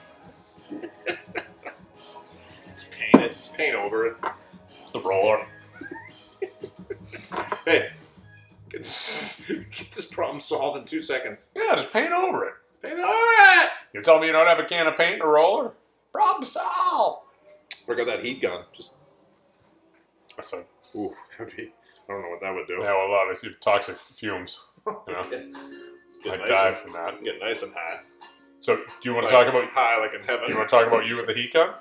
Speaker 3: paint it. Just paint over it.
Speaker 4: It's the roller.
Speaker 3: Hey, get this, get this problem solved in two seconds.
Speaker 4: Yeah, just paint over it.
Speaker 3: Paint over it.
Speaker 4: You tell me you don't have a can of paint and a roller? Problem solved.
Speaker 3: Bring out that heat gun. Just
Speaker 4: I said,
Speaker 3: ooh, that'd be. I don't know what that would do.
Speaker 4: yeah, well, a lot of it's toxic fumes. You know, I
Speaker 3: nice
Speaker 4: die
Speaker 3: and-
Speaker 4: from that.
Speaker 3: Get nice and high.
Speaker 4: So, do you want to talk about
Speaker 3: high like in heaven?
Speaker 4: you want to talk about you with the heat gun?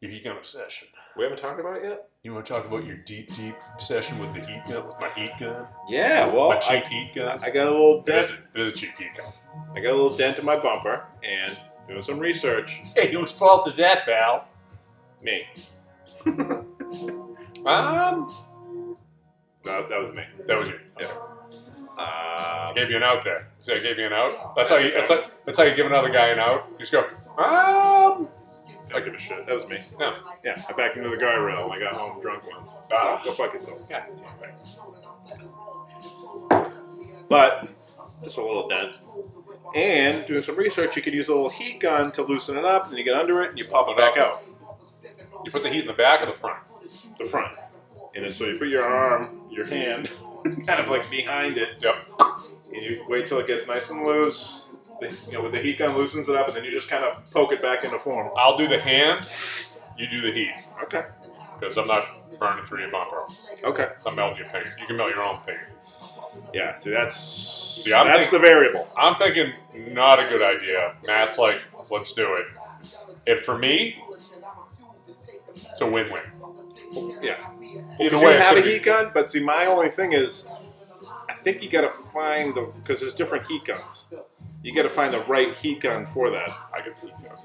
Speaker 4: Your heat gun obsession.
Speaker 3: we haven't talked about it yet.
Speaker 4: You want to talk about your deep, deep obsession with the heat gun, with my heat gun,
Speaker 3: Yeah, well,
Speaker 4: my cheap
Speaker 3: I,
Speaker 4: heat gun?
Speaker 3: I got a little
Speaker 4: it, is,
Speaker 3: dent.
Speaker 4: it is a cheap heat gun.
Speaker 3: I got a little dent in my bumper, and doing some research.
Speaker 4: Hey, whose fault is that, pal?
Speaker 3: Me,
Speaker 4: Um,
Speaker 3: that, that was me.
Speaker 4: that was you. Yeah. I
Speaker 3: Um,
Speaker 4: gave you an out there. See, I gave you an out. That's how you. That's how, that's how you give another guy an out. You just go. Um.
Speaker 3: I give a shit. That was me.
Speaker 4: No.
Speaker 3: Yeah, I backed into the guardrail. I got home drunk once.
Speaker 4: Ah.
Speaker 3: Go fuck yourself. Yeah. But just a little dent. And doing some research, you could use a little heat gun to loosen it up, and you get under it, and you pop it back out
Speaker 4: You put the heat in the back of the front.
Speaker 3: the front. And then so you put your arm, your hand, kind of like behind it,
Speaker 4: Yep.
Speaker 3: and you wait till it gets nice and loose. The- you know, with the heat gun loosens it up, and then you just kind of poke it back into form.
Speaker 4: I'll do the hand. You do the heat.
Speaker 3: Okay.
Speaker 4: because I'm not burning through your bumper.
Speaker 3: Okay.
Speaker 4: I'm melting your paint. You can melt your own paint.
Speaker 3: Yeah. See, that's
Speaker 4: See, I'm
Speaker 3: that's
Speaker 4: thinking-
Speaker 3: the variable.
Speaker 4: I'm thinking not a good idea. Matt's like, let's do it. And for me, it's a win-win.
Speaker 3: Yeah.
Speaker 4: Either
Speaker 3: Either
Speaker 4: way,
Speaker 3: you
Speaker 4: it's
Speaker 3: have a
Speaker 4: gonna be-
Speaker 3: heat gun, but see, my only thing is, I think you got to find the because there's different heat guns. You got to find the right heat gun for that. I guess heat gun.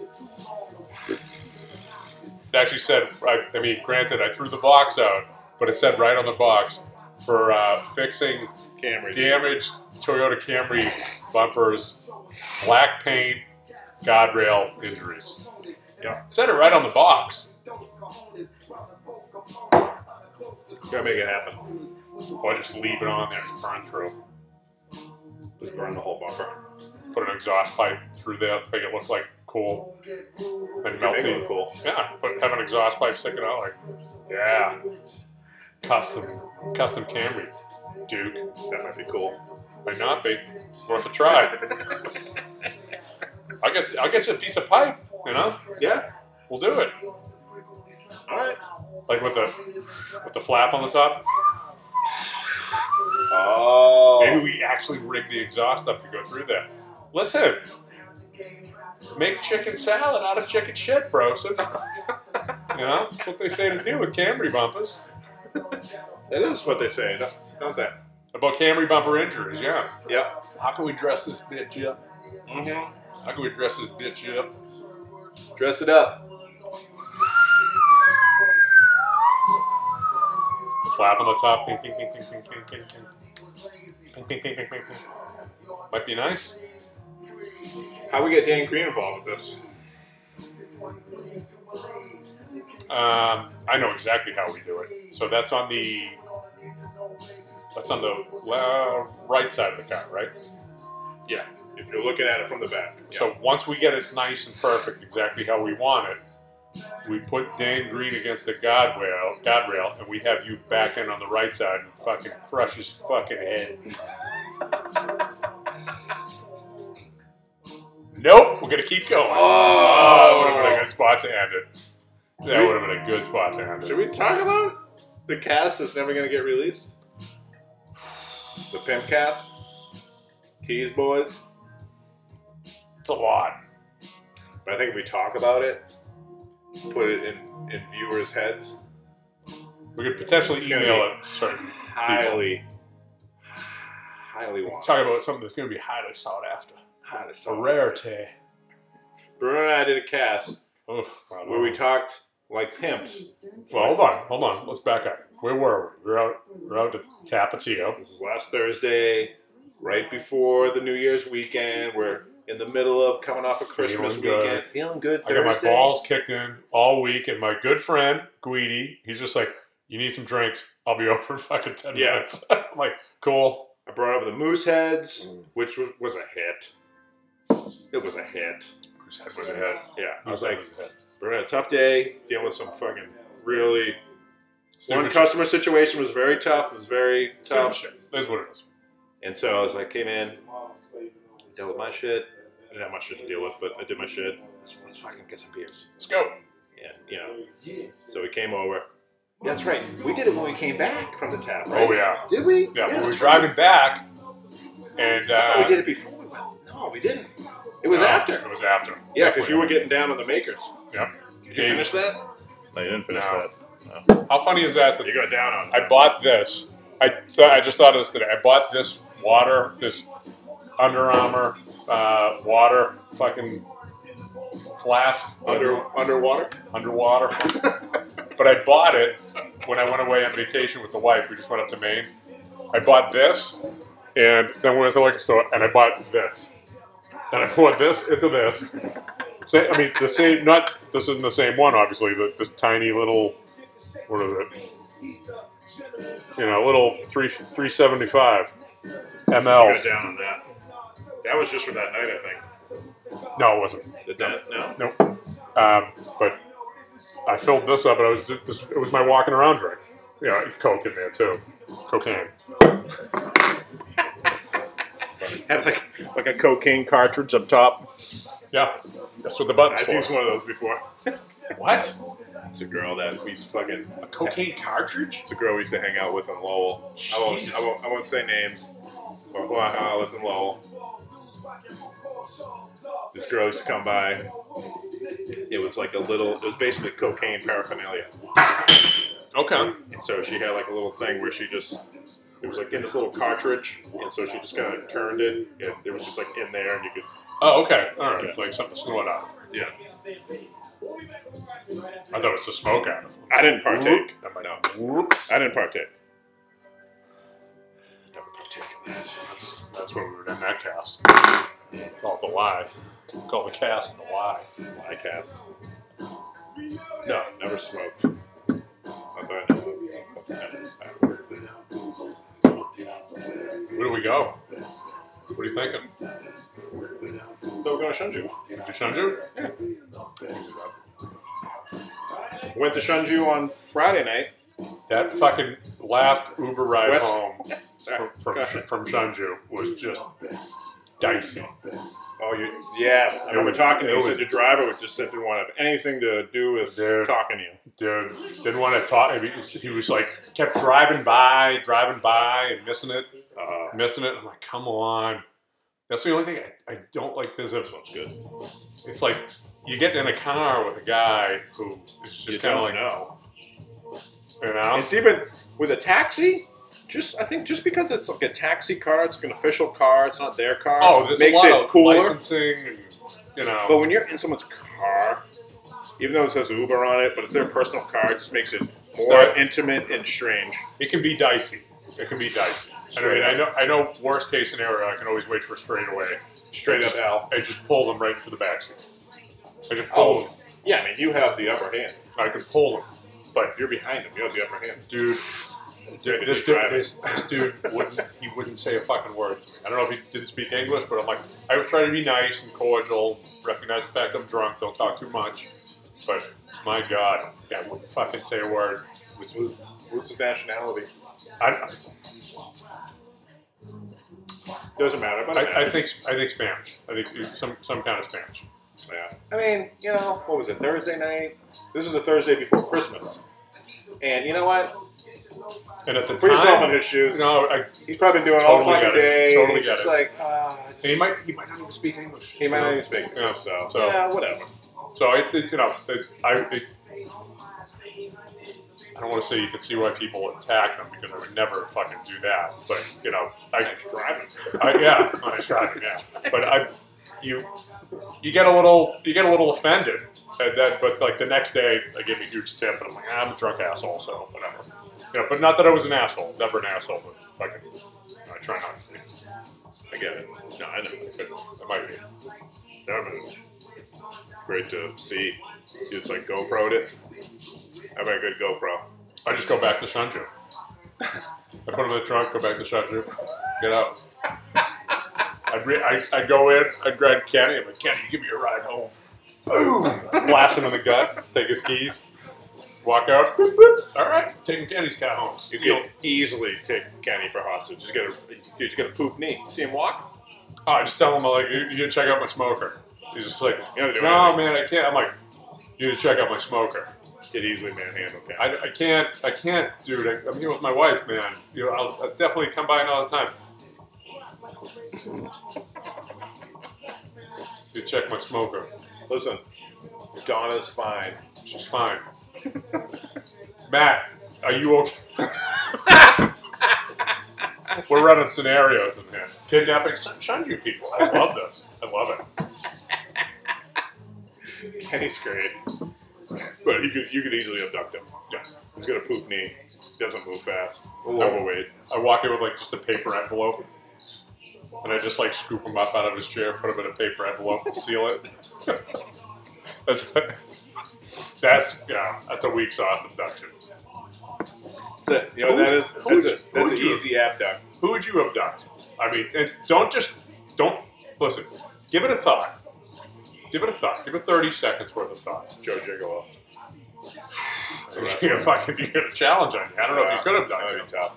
Speaker 4: It actually said, I, I mean, granted, I threw the box out, but it said right on the box for uh, fixing
Speaker 3: Camry.
Speaker 4: damaged Toyota Camry bumpers, black paint, guardrail injuries.
Speaker 3: Yeah.
Speaker 4: Said it right on the box.
Speaker 3: Gotta make it happen.
Speaker 4: Or Oh, just leave it on there, just burn through.
Speaker 3: Just burn the whole bumper.
Speaker 4: Put an exhaust pipe through there, make it look like cool. And
Speaker 3: Make
Speaker 4: melt
Speaker 3: it look
Speaker 4: it.
Speaker 3: cool.
Speaker 4: Yeah, but have an exhaust pipe sticking out like, yeah, custom, custom Camry, Duke.
Speaker 3: That might be cool.
Speaker 4: Might not be worth a try. I get, I get you a piece of pipe. You know,
Speaker 3: Yeah.
Speaker 4: we'll do it.
Speaker 3: All right.
Speaker 4: Like with the, with the flap on the top.
Speaker 3: Oh.
Speaker 4: Maybe we actually rig the exhaust up to go through that. Listen, make chicken salad out of chicken shit, Broseph. you know, that's what they say to do with Camry bumpers.
Speaker 3: that is what they say, don't- don't they?
Speaker 4: About Camry bumper injuries, yeah.
Speaker 3: Yep.
Speaker 4: How can we dress this bitch up?
Speaker 3: Mm-hmm.
Speaker 4: How can we dress this bitch up?
Speaker 3: Dress it up.
Speaker 4: Flap on the top, ping, ping, ping, ping, ping, ping, ping, ping. Ping, ping, ping, ping, ping, ping. Might be nice.
Speaker 3: How we get Dan Green involved with this?
Speaker 4: Um, I know exactly how we do it. So that's on the that's on the uh, right side of the car, right?
Speaker 3: Yeah. If you're looking at it from the back.
Speaker 4: So once we get it nice and perfect, exactly how we want it, we put Dan Green against the guardrail, guardrail, and we have you back in on the right side and fucking crush his fucking head. nope, we're gonna keep going. Oh, would have been a good spot to end it. That
Speaker 3: We-
Speaker 4: would have been a good spot to end it.
Speaker 3: Should we talk about the cast that's never going to get released? The Pimp Cast? Tease Boys?
Speaker 4: It's a lot.
Speaker 3: But I think if we talk about it, put it in, in viewers' heads,
Speaker 4: We could potentially
Speaker 3: It's gonna
Speaker 4: email
Speaker 3: be
Speaker 4: it. Sorry,
Speaker 3: highly, highly
Speaker 4: let's
Speaker 3: wanted.
Speaker 4: talk about something that's going to be highly sought after.
Speaker 3: Highly sought
Speaker 4: A
Speaker 3: after.
Speaker 4: rarity.
Speaker 3: Bruno and I did a cast
Speaker 4: Oof, my
Speaker 3: where we
Speaker 4: lord.
Speaker 3: talked like pimps.
Speaker 4: Well, hold on, hold on. Let's back up. Where were we? We We're out. we We're out to Tapatio.
Speaker 3: This is last Thursday, right before the New Year's weekend. We're in the middle of coming off of Christmas
Speaker 4: Feeling good.
Speaker 3: weekend. Feeling good.
Speaker 4: I got my
Speaker 3: Thursday.
Speaker 4: balls kicked in all week, and my good friend Guidi, he's just like, "You need some drinks? I'll be over in fucking ten
Speaker 3: Yeah.
Speaker 4: minutes." I'm like, cool.
Speaker 3: I brought over the Moose Heads, which was, was a hit. It was a hit.
Speaker 4: Whose head was ahead?
Speaker 3: Yeah, I was
Speaker 4: Whose head
Speaker 3: like,
Speaker 4: ahead?
Speaker 3: we're in a tough day, dealing with some fucking really.
Speaker 4: Stupid
Speaker 3: One
Speaker 4: shit.
Speaker 3: customer situation was very tough. It was very
Speaker 4: Stupid
Speaker 3: tough.
Speaker 4: shit. That's what it is.
Speaker 3: And so I was like, came in, dealt with my shit. I didn't have much shit to deal with, but I did my shit. Let's, let's fucking get some beers.
Speaker 4: Let's go.
Speaker 3: And, you know, so we came over. That's right. We did it when we came back from the tap,
Speaker 4: Oh yeah,
Speaker 3: Did we?
Speaker 4: yeah. we were driving back, and uh,
Speaker 3: I thought we did it before we went. No, we didn't. It was
Speaker 4: no,
Speaker 3: after.
Speaker 4: It was after.
Speaker 3: Yeah, because you were getting down on the makers.
Speaker 4: Yep.
Speaker 3: Did you finish that? No, you didn't
Speaker 4: finish How funny is that? that
Speaker 3: You got down on.
Speaker 4: I bought this. I th- I just thought of this today. I bought this water, this Under Armour uh, water fucking flask
Speaker 3: Under underwater?
Speaker 4: underwater. but I bought it when I went away on vacation with the wife. We just went up to Maine. I bought this, and then we went to the liquor store, and I bought this, and I poured this into this. Sa I mean, the same. Not this isn't the same one, obviously. But this tiny little, what is it? You know, little three three seventy five
Speaker 3: You got
Speaker 4: mls.
Speaker 3: down on that. That was just for that night, I
Speaker 4: No, it wasn't.
Speaker 3: think. The no. no.
Speaker 4: Nope. Um, but I filled this up, and I was this, it was my walking around drink. Yeah, coke in there too, cocaine.
Speaker 3: Had like like a cocaine cartridge up top.
Speaker 4: Yeah, that's what the button's
Speaker 3: I've
Speaker 4: for.
Speaker 3: used one of those before.
Speaker 4: What?
Speaker 3: It's a girl that we used to fucking.
Speaker 4: A cocaine cartridge?
Speaker 3: It's a girl we used to hang out with in Lowell. I won't,
Speaker 4: Jesus.
Speaker 3: I won't. I won't say names. But who I hung out with in Lowell. This girl used to come by. It was like a little. It was basically cocaine paraphernalia.
Speaker 4: Okay.
Speaker 3: And so she had like a little thing where she just it was like in this little cartridge, and so she just kind of turned it, and it was just like in there, and you could
Speaker 4: Oh, okay. All right. Like something to snort out. of.
Speaker 3: yeah.
Speaker 4: I thought it was to smoke out of.
Speaker 3: I didn't partake.
Speaker 4: Whoop.
Speaker 3: No,
Speaker 4: Whoops.
Speaker 3: I didn't partake. Never partake in that.
Speaker 4: That's, that's where we were in that cast. Call it the lie. Call the cast the lie.
Speaker 3: I cast. No, never smoked. Not that I know of. No.
Speaker 4: Where do we go? What are you thinking?
Speaker 3: So we're going to Shunju.
Speaker 4: To Shenzhen?
Speaker 3: Went to Shunju on Friday night.
Speaker 4: That fucking last Uber ride
Speaker 3: West-
Speaker 4: home from, from, from Shenzhen was just dicey.
Speaker 3: Oh, you, yeah. I remember
Speaker 4: was-
Speaker 3: talking to
Speaker 4: it
Speaker 3: you. You
Speaker 4: was-
Speaker 3: said your driver would just said didn't want to have anything to do with
Speaker 4: Dude.
Speaker 3: talking to you.
Speaker 4: Dude, didn't want to talk. I mean, He was like, kept driving by, driving by, and missing it,
Speaker 3: Uh,
Speaker 4: missing it. I'm like, come on. That's the only thing I, I don't like. This is what's good. It's like you get in a car with a guy who is
Speaker 3: you
Speaker 4: just kind
Speaker 3: don't
Speaker 4: of like,
Speaker 3: know.
Speaker 4: you know,
Speaker 3: It's even with a taxi. Just I think just because it's like a taxi car, it's like an official car. It's not their car.
Speaker 4: oh, there's
Speaker 3: makes
Speaker 4: a lot
Speaker 3: it
Speaker 4: of
Speaker 3: cooler.
Speaker 4: licensing, and, you know.
Speaker 3: But when you're in someone's car, even though it says Uber on it, but it's their personal car, it just makes it more
Speaker 4: not-
Speaker 3: intimate and strange.
Speaker 4: It can be dicey. It can be dicey. And I mean, I know, I know. Worst case scenario, I can always wait for a straightaway.
Speaker 3: Straight up
Speaker 4: just,
Speaker 3: Al. Oh.
Speaker 4: I just pull them right into the backseat. I just pull them.
Speaker 3: Yeah, I mean you have the upper hand.
Speaker 4: I can pull them. But
Speaker 3: You're behind them. You have the upper hand.
Speaker 4: dude, dude this, dude this, this dude wouldn't he wouldn't say a fucking word to me. I don't know if he didn't speak English, but I'm like, I was trying to be nice and cordial, recognize the fact I'm drunk, don't talk too much. But my God, that wouldn't fucking say a word.
Speaker 3: What's, what's his nationality?
Speaker 4: I,
Speaker 3: Doesn't matter. But
Speaker 4: I, I think I think Spanish. I think some some kind of Spanish.
Speaker 3: Yeah. I mean, you know, what was it, Thursday night? This was the Thursday before Christmas. And you know what?
Speaker 4: And at the
Speaker 3: Put yourself in
Speaker 4: time,
Speaker 3: his shoes.
Speaker 4: no, I,
Speaker 3: He's probably doing all
Speaker 4: Totally
Speaker 3: fucking
Speaker 4: get it.
Speaker 3: day.
Speaker 4: Totally
Speaker 3: He's
Speaker 4: get
Speaker 3: just
Speaker 4: it.
Speaker 3: like, ah,
Speaker 4: he might he might not even speak English.
Speaker 3: he might
Speaker 4: you
Speaker 3: not
Speaker 4: know?
Speaker 3: even speak.
Speaker 4: Yeah.
Speaker 3: So,
Speaker 4: So-
Speaker 3: yeah, whatever.
Speaker 4: So it, it- you know, it, I it, I don't want to say you can see why people attack them because I would never fucking do that. But you know, I driving. I, yeah, I was driving. Yeah, but I you you get a little you get a little offended at that. But like the next day, I gave me a huge tip, and I'm like, "Ah, I'm a drunk asshole, so whatever. You know, but not that I was an asshole. Never an asshole, but fucking. I try not to be.
Speaker 3: I get it. No, I know. But
Speaker 4: I might be.
Speaker 3: that was great to see. He was like GoPro'd it. I bet a good GoPro.
Speaker 4: I just go back to Shunju. I put him in the trunk, go back to Shunju, get out. I'd, re- I, I'd go in, I'd grab Kenny, I'm like, Kenny, give me a ride home. Boom! Blast him in the gut, take his keys, walk out. Boop, boop. All right, taking Kenny's car home.
Speaker 3: You
Speaker 4: Steal.
Speaker 3: could easily take Kenny for hostage. He's got a, he's got a poop knee. See him walk?
Speaker 4: Oh, I just tell him, I'm like, you, you check out my smoker. He's just like,
Speaker 3: You don't do
Speaker 4: no,
Speaker 3: anything.
Speaker 4: man, I can't. I'm like, you need to check out my smoker.
Speaker 3: Could easily manhandle Kenny.
Speaker 4: I, I can't, I can't, dude. I, I'm here with my wife, man. You know, I'll, I'll definitely come by another time. You check my smoker.
Speaker 3: Listen, Donna's fine.
Speaker 4: She's fine. Matt, are you okay? We're running scenarios in here. Kidnapping Shunju people. I love this. I love it.
Speaker 3: Kenny's great. But you could you could easily abduct him.
Speaker 4: Yes.
Speaker 3: He's got a poop knee. Doesn't move fast.
Speaker 4: Whoa.
Speaker 3: Overweight.
Speaker 4: I walk in with like just a paper envelope, and I just like scoop him up out of his chair, put him in a paper envelope, and seal it. that's that's yeah, that's a weak sauce abduction.
Speaker 3: That's it. You know that is
Speaker 4: Who would
Speaker 3: that's a
Speaker 4: you- who
Speaker 3: that's
Speaker 4: would
Speaker 3: an
Speaker 4: you-
Speaker 3: easy abduct.
Speaker 4: Who would you abduct? I mean, and don't just don't listen. Give it a thought. Give it a thought. Give it thirty seconds worth of thought.
Speaker 3: Joe Gigolo.
Speaker 4: You're fucking you got a challenge on you. I don't know if you could
Speaker 3: That
Speaker 4: abduct
Speaker 3: would
Speaker 4: him.
Speaker 3: be tough.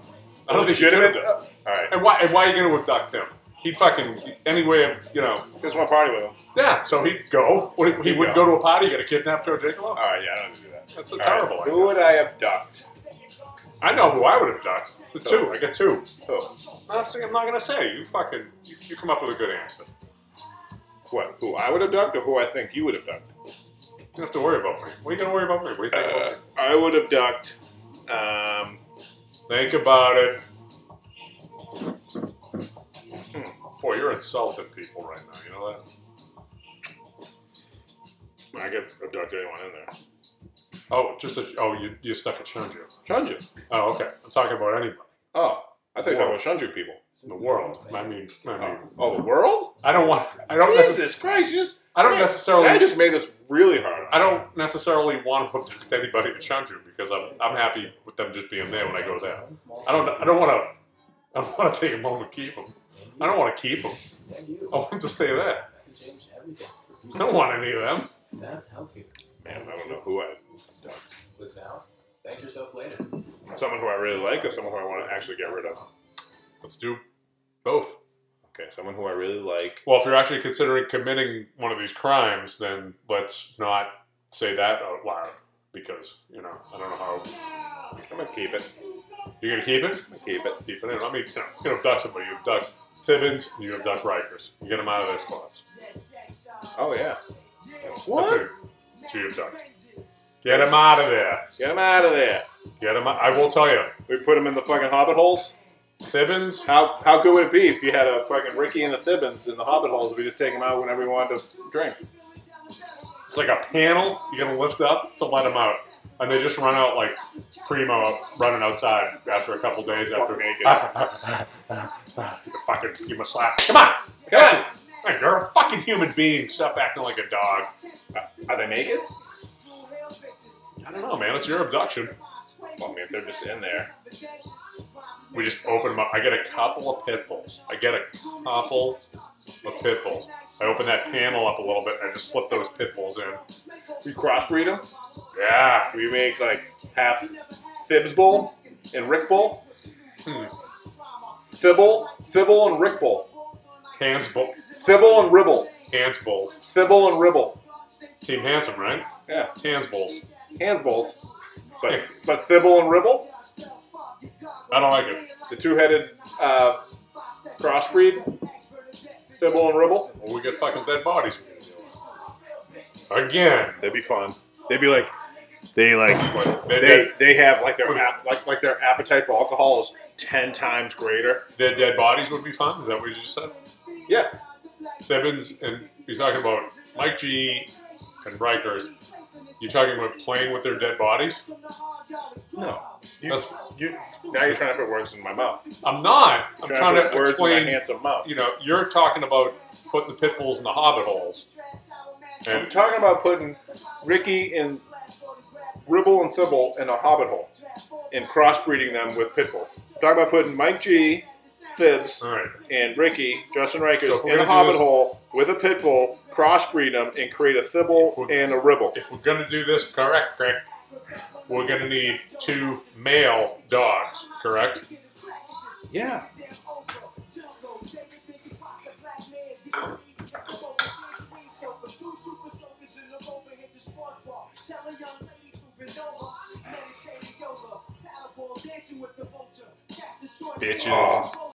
Speaker 4: I don't think you could
Speaker 3: Legitimate?
Speaker 4: abduct.
Speaker 3: All right.
Speaker 4: And why and why are you going to abduct him? He fucking anywhere, you know.
Speaker 3: Just one party with him.
Speaker 4: Yeah, so he'd go. What, he wouldn't go to a party. You got to kidnap Joe Jacob.
Speaker 3: All right, yeah, I don't do that.
Speaker 4: That's a
Speaker 3: All
Speaker 4: terrible
Speaker 3: right,
Speaker 4: idea.
Speaker 3: Who would I abduct?
Speaker 4: I know who I would have done. The two. I get two.
Speaker 3: Who?
Speaker 4: Last thing I'm not gonna say. You fucking. You, you come up with a good answer.
Speaker 3: What? Who I would abduct, or who I think you would abduct?
Speaker 4: You don't have to worry about me. What are you gonna worry about me? What do you think? about
Speaker 3: Uh,
Speaker 4: me?
Speaker 3: I would abduct. Um,
Speaker 4: Think about it. Hmm. Boy, you're insulting people right now. You know that?
Speaker 3: I could abduct anyone in there.
Speaker 4: Oh, just a, oh, you you stuck at Shunju.
Speaker 3: Shunju.
Speaker 4: Oh, okay. I'm talking about anybody
Speaker 3: Oh, I thought you were talking about Shunju people.
Speaker 4: in the world. I mean, I mean,
Speaker 3: Oh, oh, the world?
Speaker 4: I don't want. I don't. Necess-
Speaker 3: Jesus Christ! You just
Speaker 4: I don't
Speaker 3: Man,
Speaker 4: necessarily.
Speaker 3: I just made this really hard.
Speaker 4: I don't necessarily want to abduct anybody to Chandru because I'm, I'm happy with them just being there when I go there. I don't I don't want to I don't want to take them home and keep them. I don't want to keep them. I want them to stay there. I don't want any of them.
Speaker 6: That's healthy.
Speaker 3: Man, I don't know who I.
Speaker 6: Live now. Thank yourself later.
Speaker 3: Someone who I really like, or someone who I want to actually get rid of.
Speaker 4: Let's do both.
Speaker 3: Okay, someone who I really like.
Speaker 4: Well, if you're actually considering committing one of these crimes, then let's not say that out loud because you know I don't know how
Speaker 3: I'm gonna keep it.
Speaker 4: you're gonna keep it.
Speaker 3: Keep it.
Speaker 4: Keep it in. I mean, you, know, you can abduct somebody. You abduct Thibbins. You abduct Rikers. You get them out of their spots.
Speaker 3: Oh yeah.
Speaker 4: That's,
Speaker 3: What?
Speaker 4: That's who, that's who you abduct. Get him out of there.
Speaker 3: Get him out of there.
Speaker 4: Get him. Out. I will tell you,
Speaker 3: We put him in the fucking hobbit holes.
Speaker 4: Thibbins.
Speaker 3: How how good would it be if you had a fucking Ricky and the Thibbins in the hobbit holes? We just take him out whenever we wanted to drink.
Speaker 4: It's like a panel. You're gonna lift up to let him out, and they just run out like primo running outside after a couple days after naked. you fucking give him a slap. Come on, come on. Hey, You're a fucking human being. Stop acting like a dog.
Speaker 3: Are they naked?
Speaker 4: I don't know, man. It's your abduction.
Speaker 3: Well, I mean, if they're just in there.
Speaker 4: We just open them up. I get a couple of pit bulls. I get a couple of pit bulls. I open that panel up a little bit and I just slip those pit bulls in.
Speaker 3: We crossbreed them.
Speaker 4: Yeah.
Speaker 3: We make like half Thibs bull and Rick bull.
Speaker 4: Hmm.
Speaker 3: Thibble, Thibble and Rick bull.
Speaker 4: Hands bull.
Speaker 3: Thibble and Ribble.
Speaker 4: Hands bulls.
Speaker 3: Thibble and Ribble.
Speaker 4: Team handsome, right?
Speaker 3: Yeah.
Speaker 4: Hands bulls.
Speaker 3: Hands bowls. But but Thibble and Ribble,
Speaker 4: I don't like it.
Speaker 3: the two-headed uh, crossbreed, Thibble and Ribble.
Speaker 4: Well, we get fucking dead bodies. Again.
Speaker 3: That'd be fun. They'd be like, they like,
Speaker 4: They-
Speaker 3: they they have like their ap- like like their appetite for alcohol is ten times greater.
Speaker 4: Their dead bodies would be fun. Is that what you just said?
Speaker 3: Yeah.
Speaker 4: Simmons and you're talking about Mike G and Rikers. You're talking about playing with their dead bodies?
Speaker 3: No. You,
Speaker 4: That's-
Speaker 3: you now you're trying to put words in my mouth.
Speaker 4: I'm not. I'm
Speaker 3: You're
Speaker 4: trying,
Speaker 3: put
Speaker 4: to
Speaker 3: words in
Speaker 4: explain.
Speaker 3: my handsome mouth.
Speaker 4: You know, you're talking about putting the pit bulls in the hobbit holes.
Speaker 3: I'm
Speaker 4: And
Speaker 3: talking about putting Ricky and Ribble and Thibble in a hobbit hole and crossbreeding them with Pitbull. I'm talking about putting Mike G, Thibs,
Speaker 4: all right,
Speaker 3: and Ricky, Justin Rikers,
Speaker 4: So if we're
Speaker 3: in a
Speaker 4: gonna do
Speaker 3: hobbit
Speaker 4: this-
Speaker 3: hole with a Pitbull, crossbreed them, and create a Thibble
Speaker 4: We're-
Speaker 3: and a Ribble.
Speaker 4: if we're gonna do this, correct, correct. We're gonna need two male dogs, correct?
Speaker 3: Yeah.
Speaker 4: Bitches.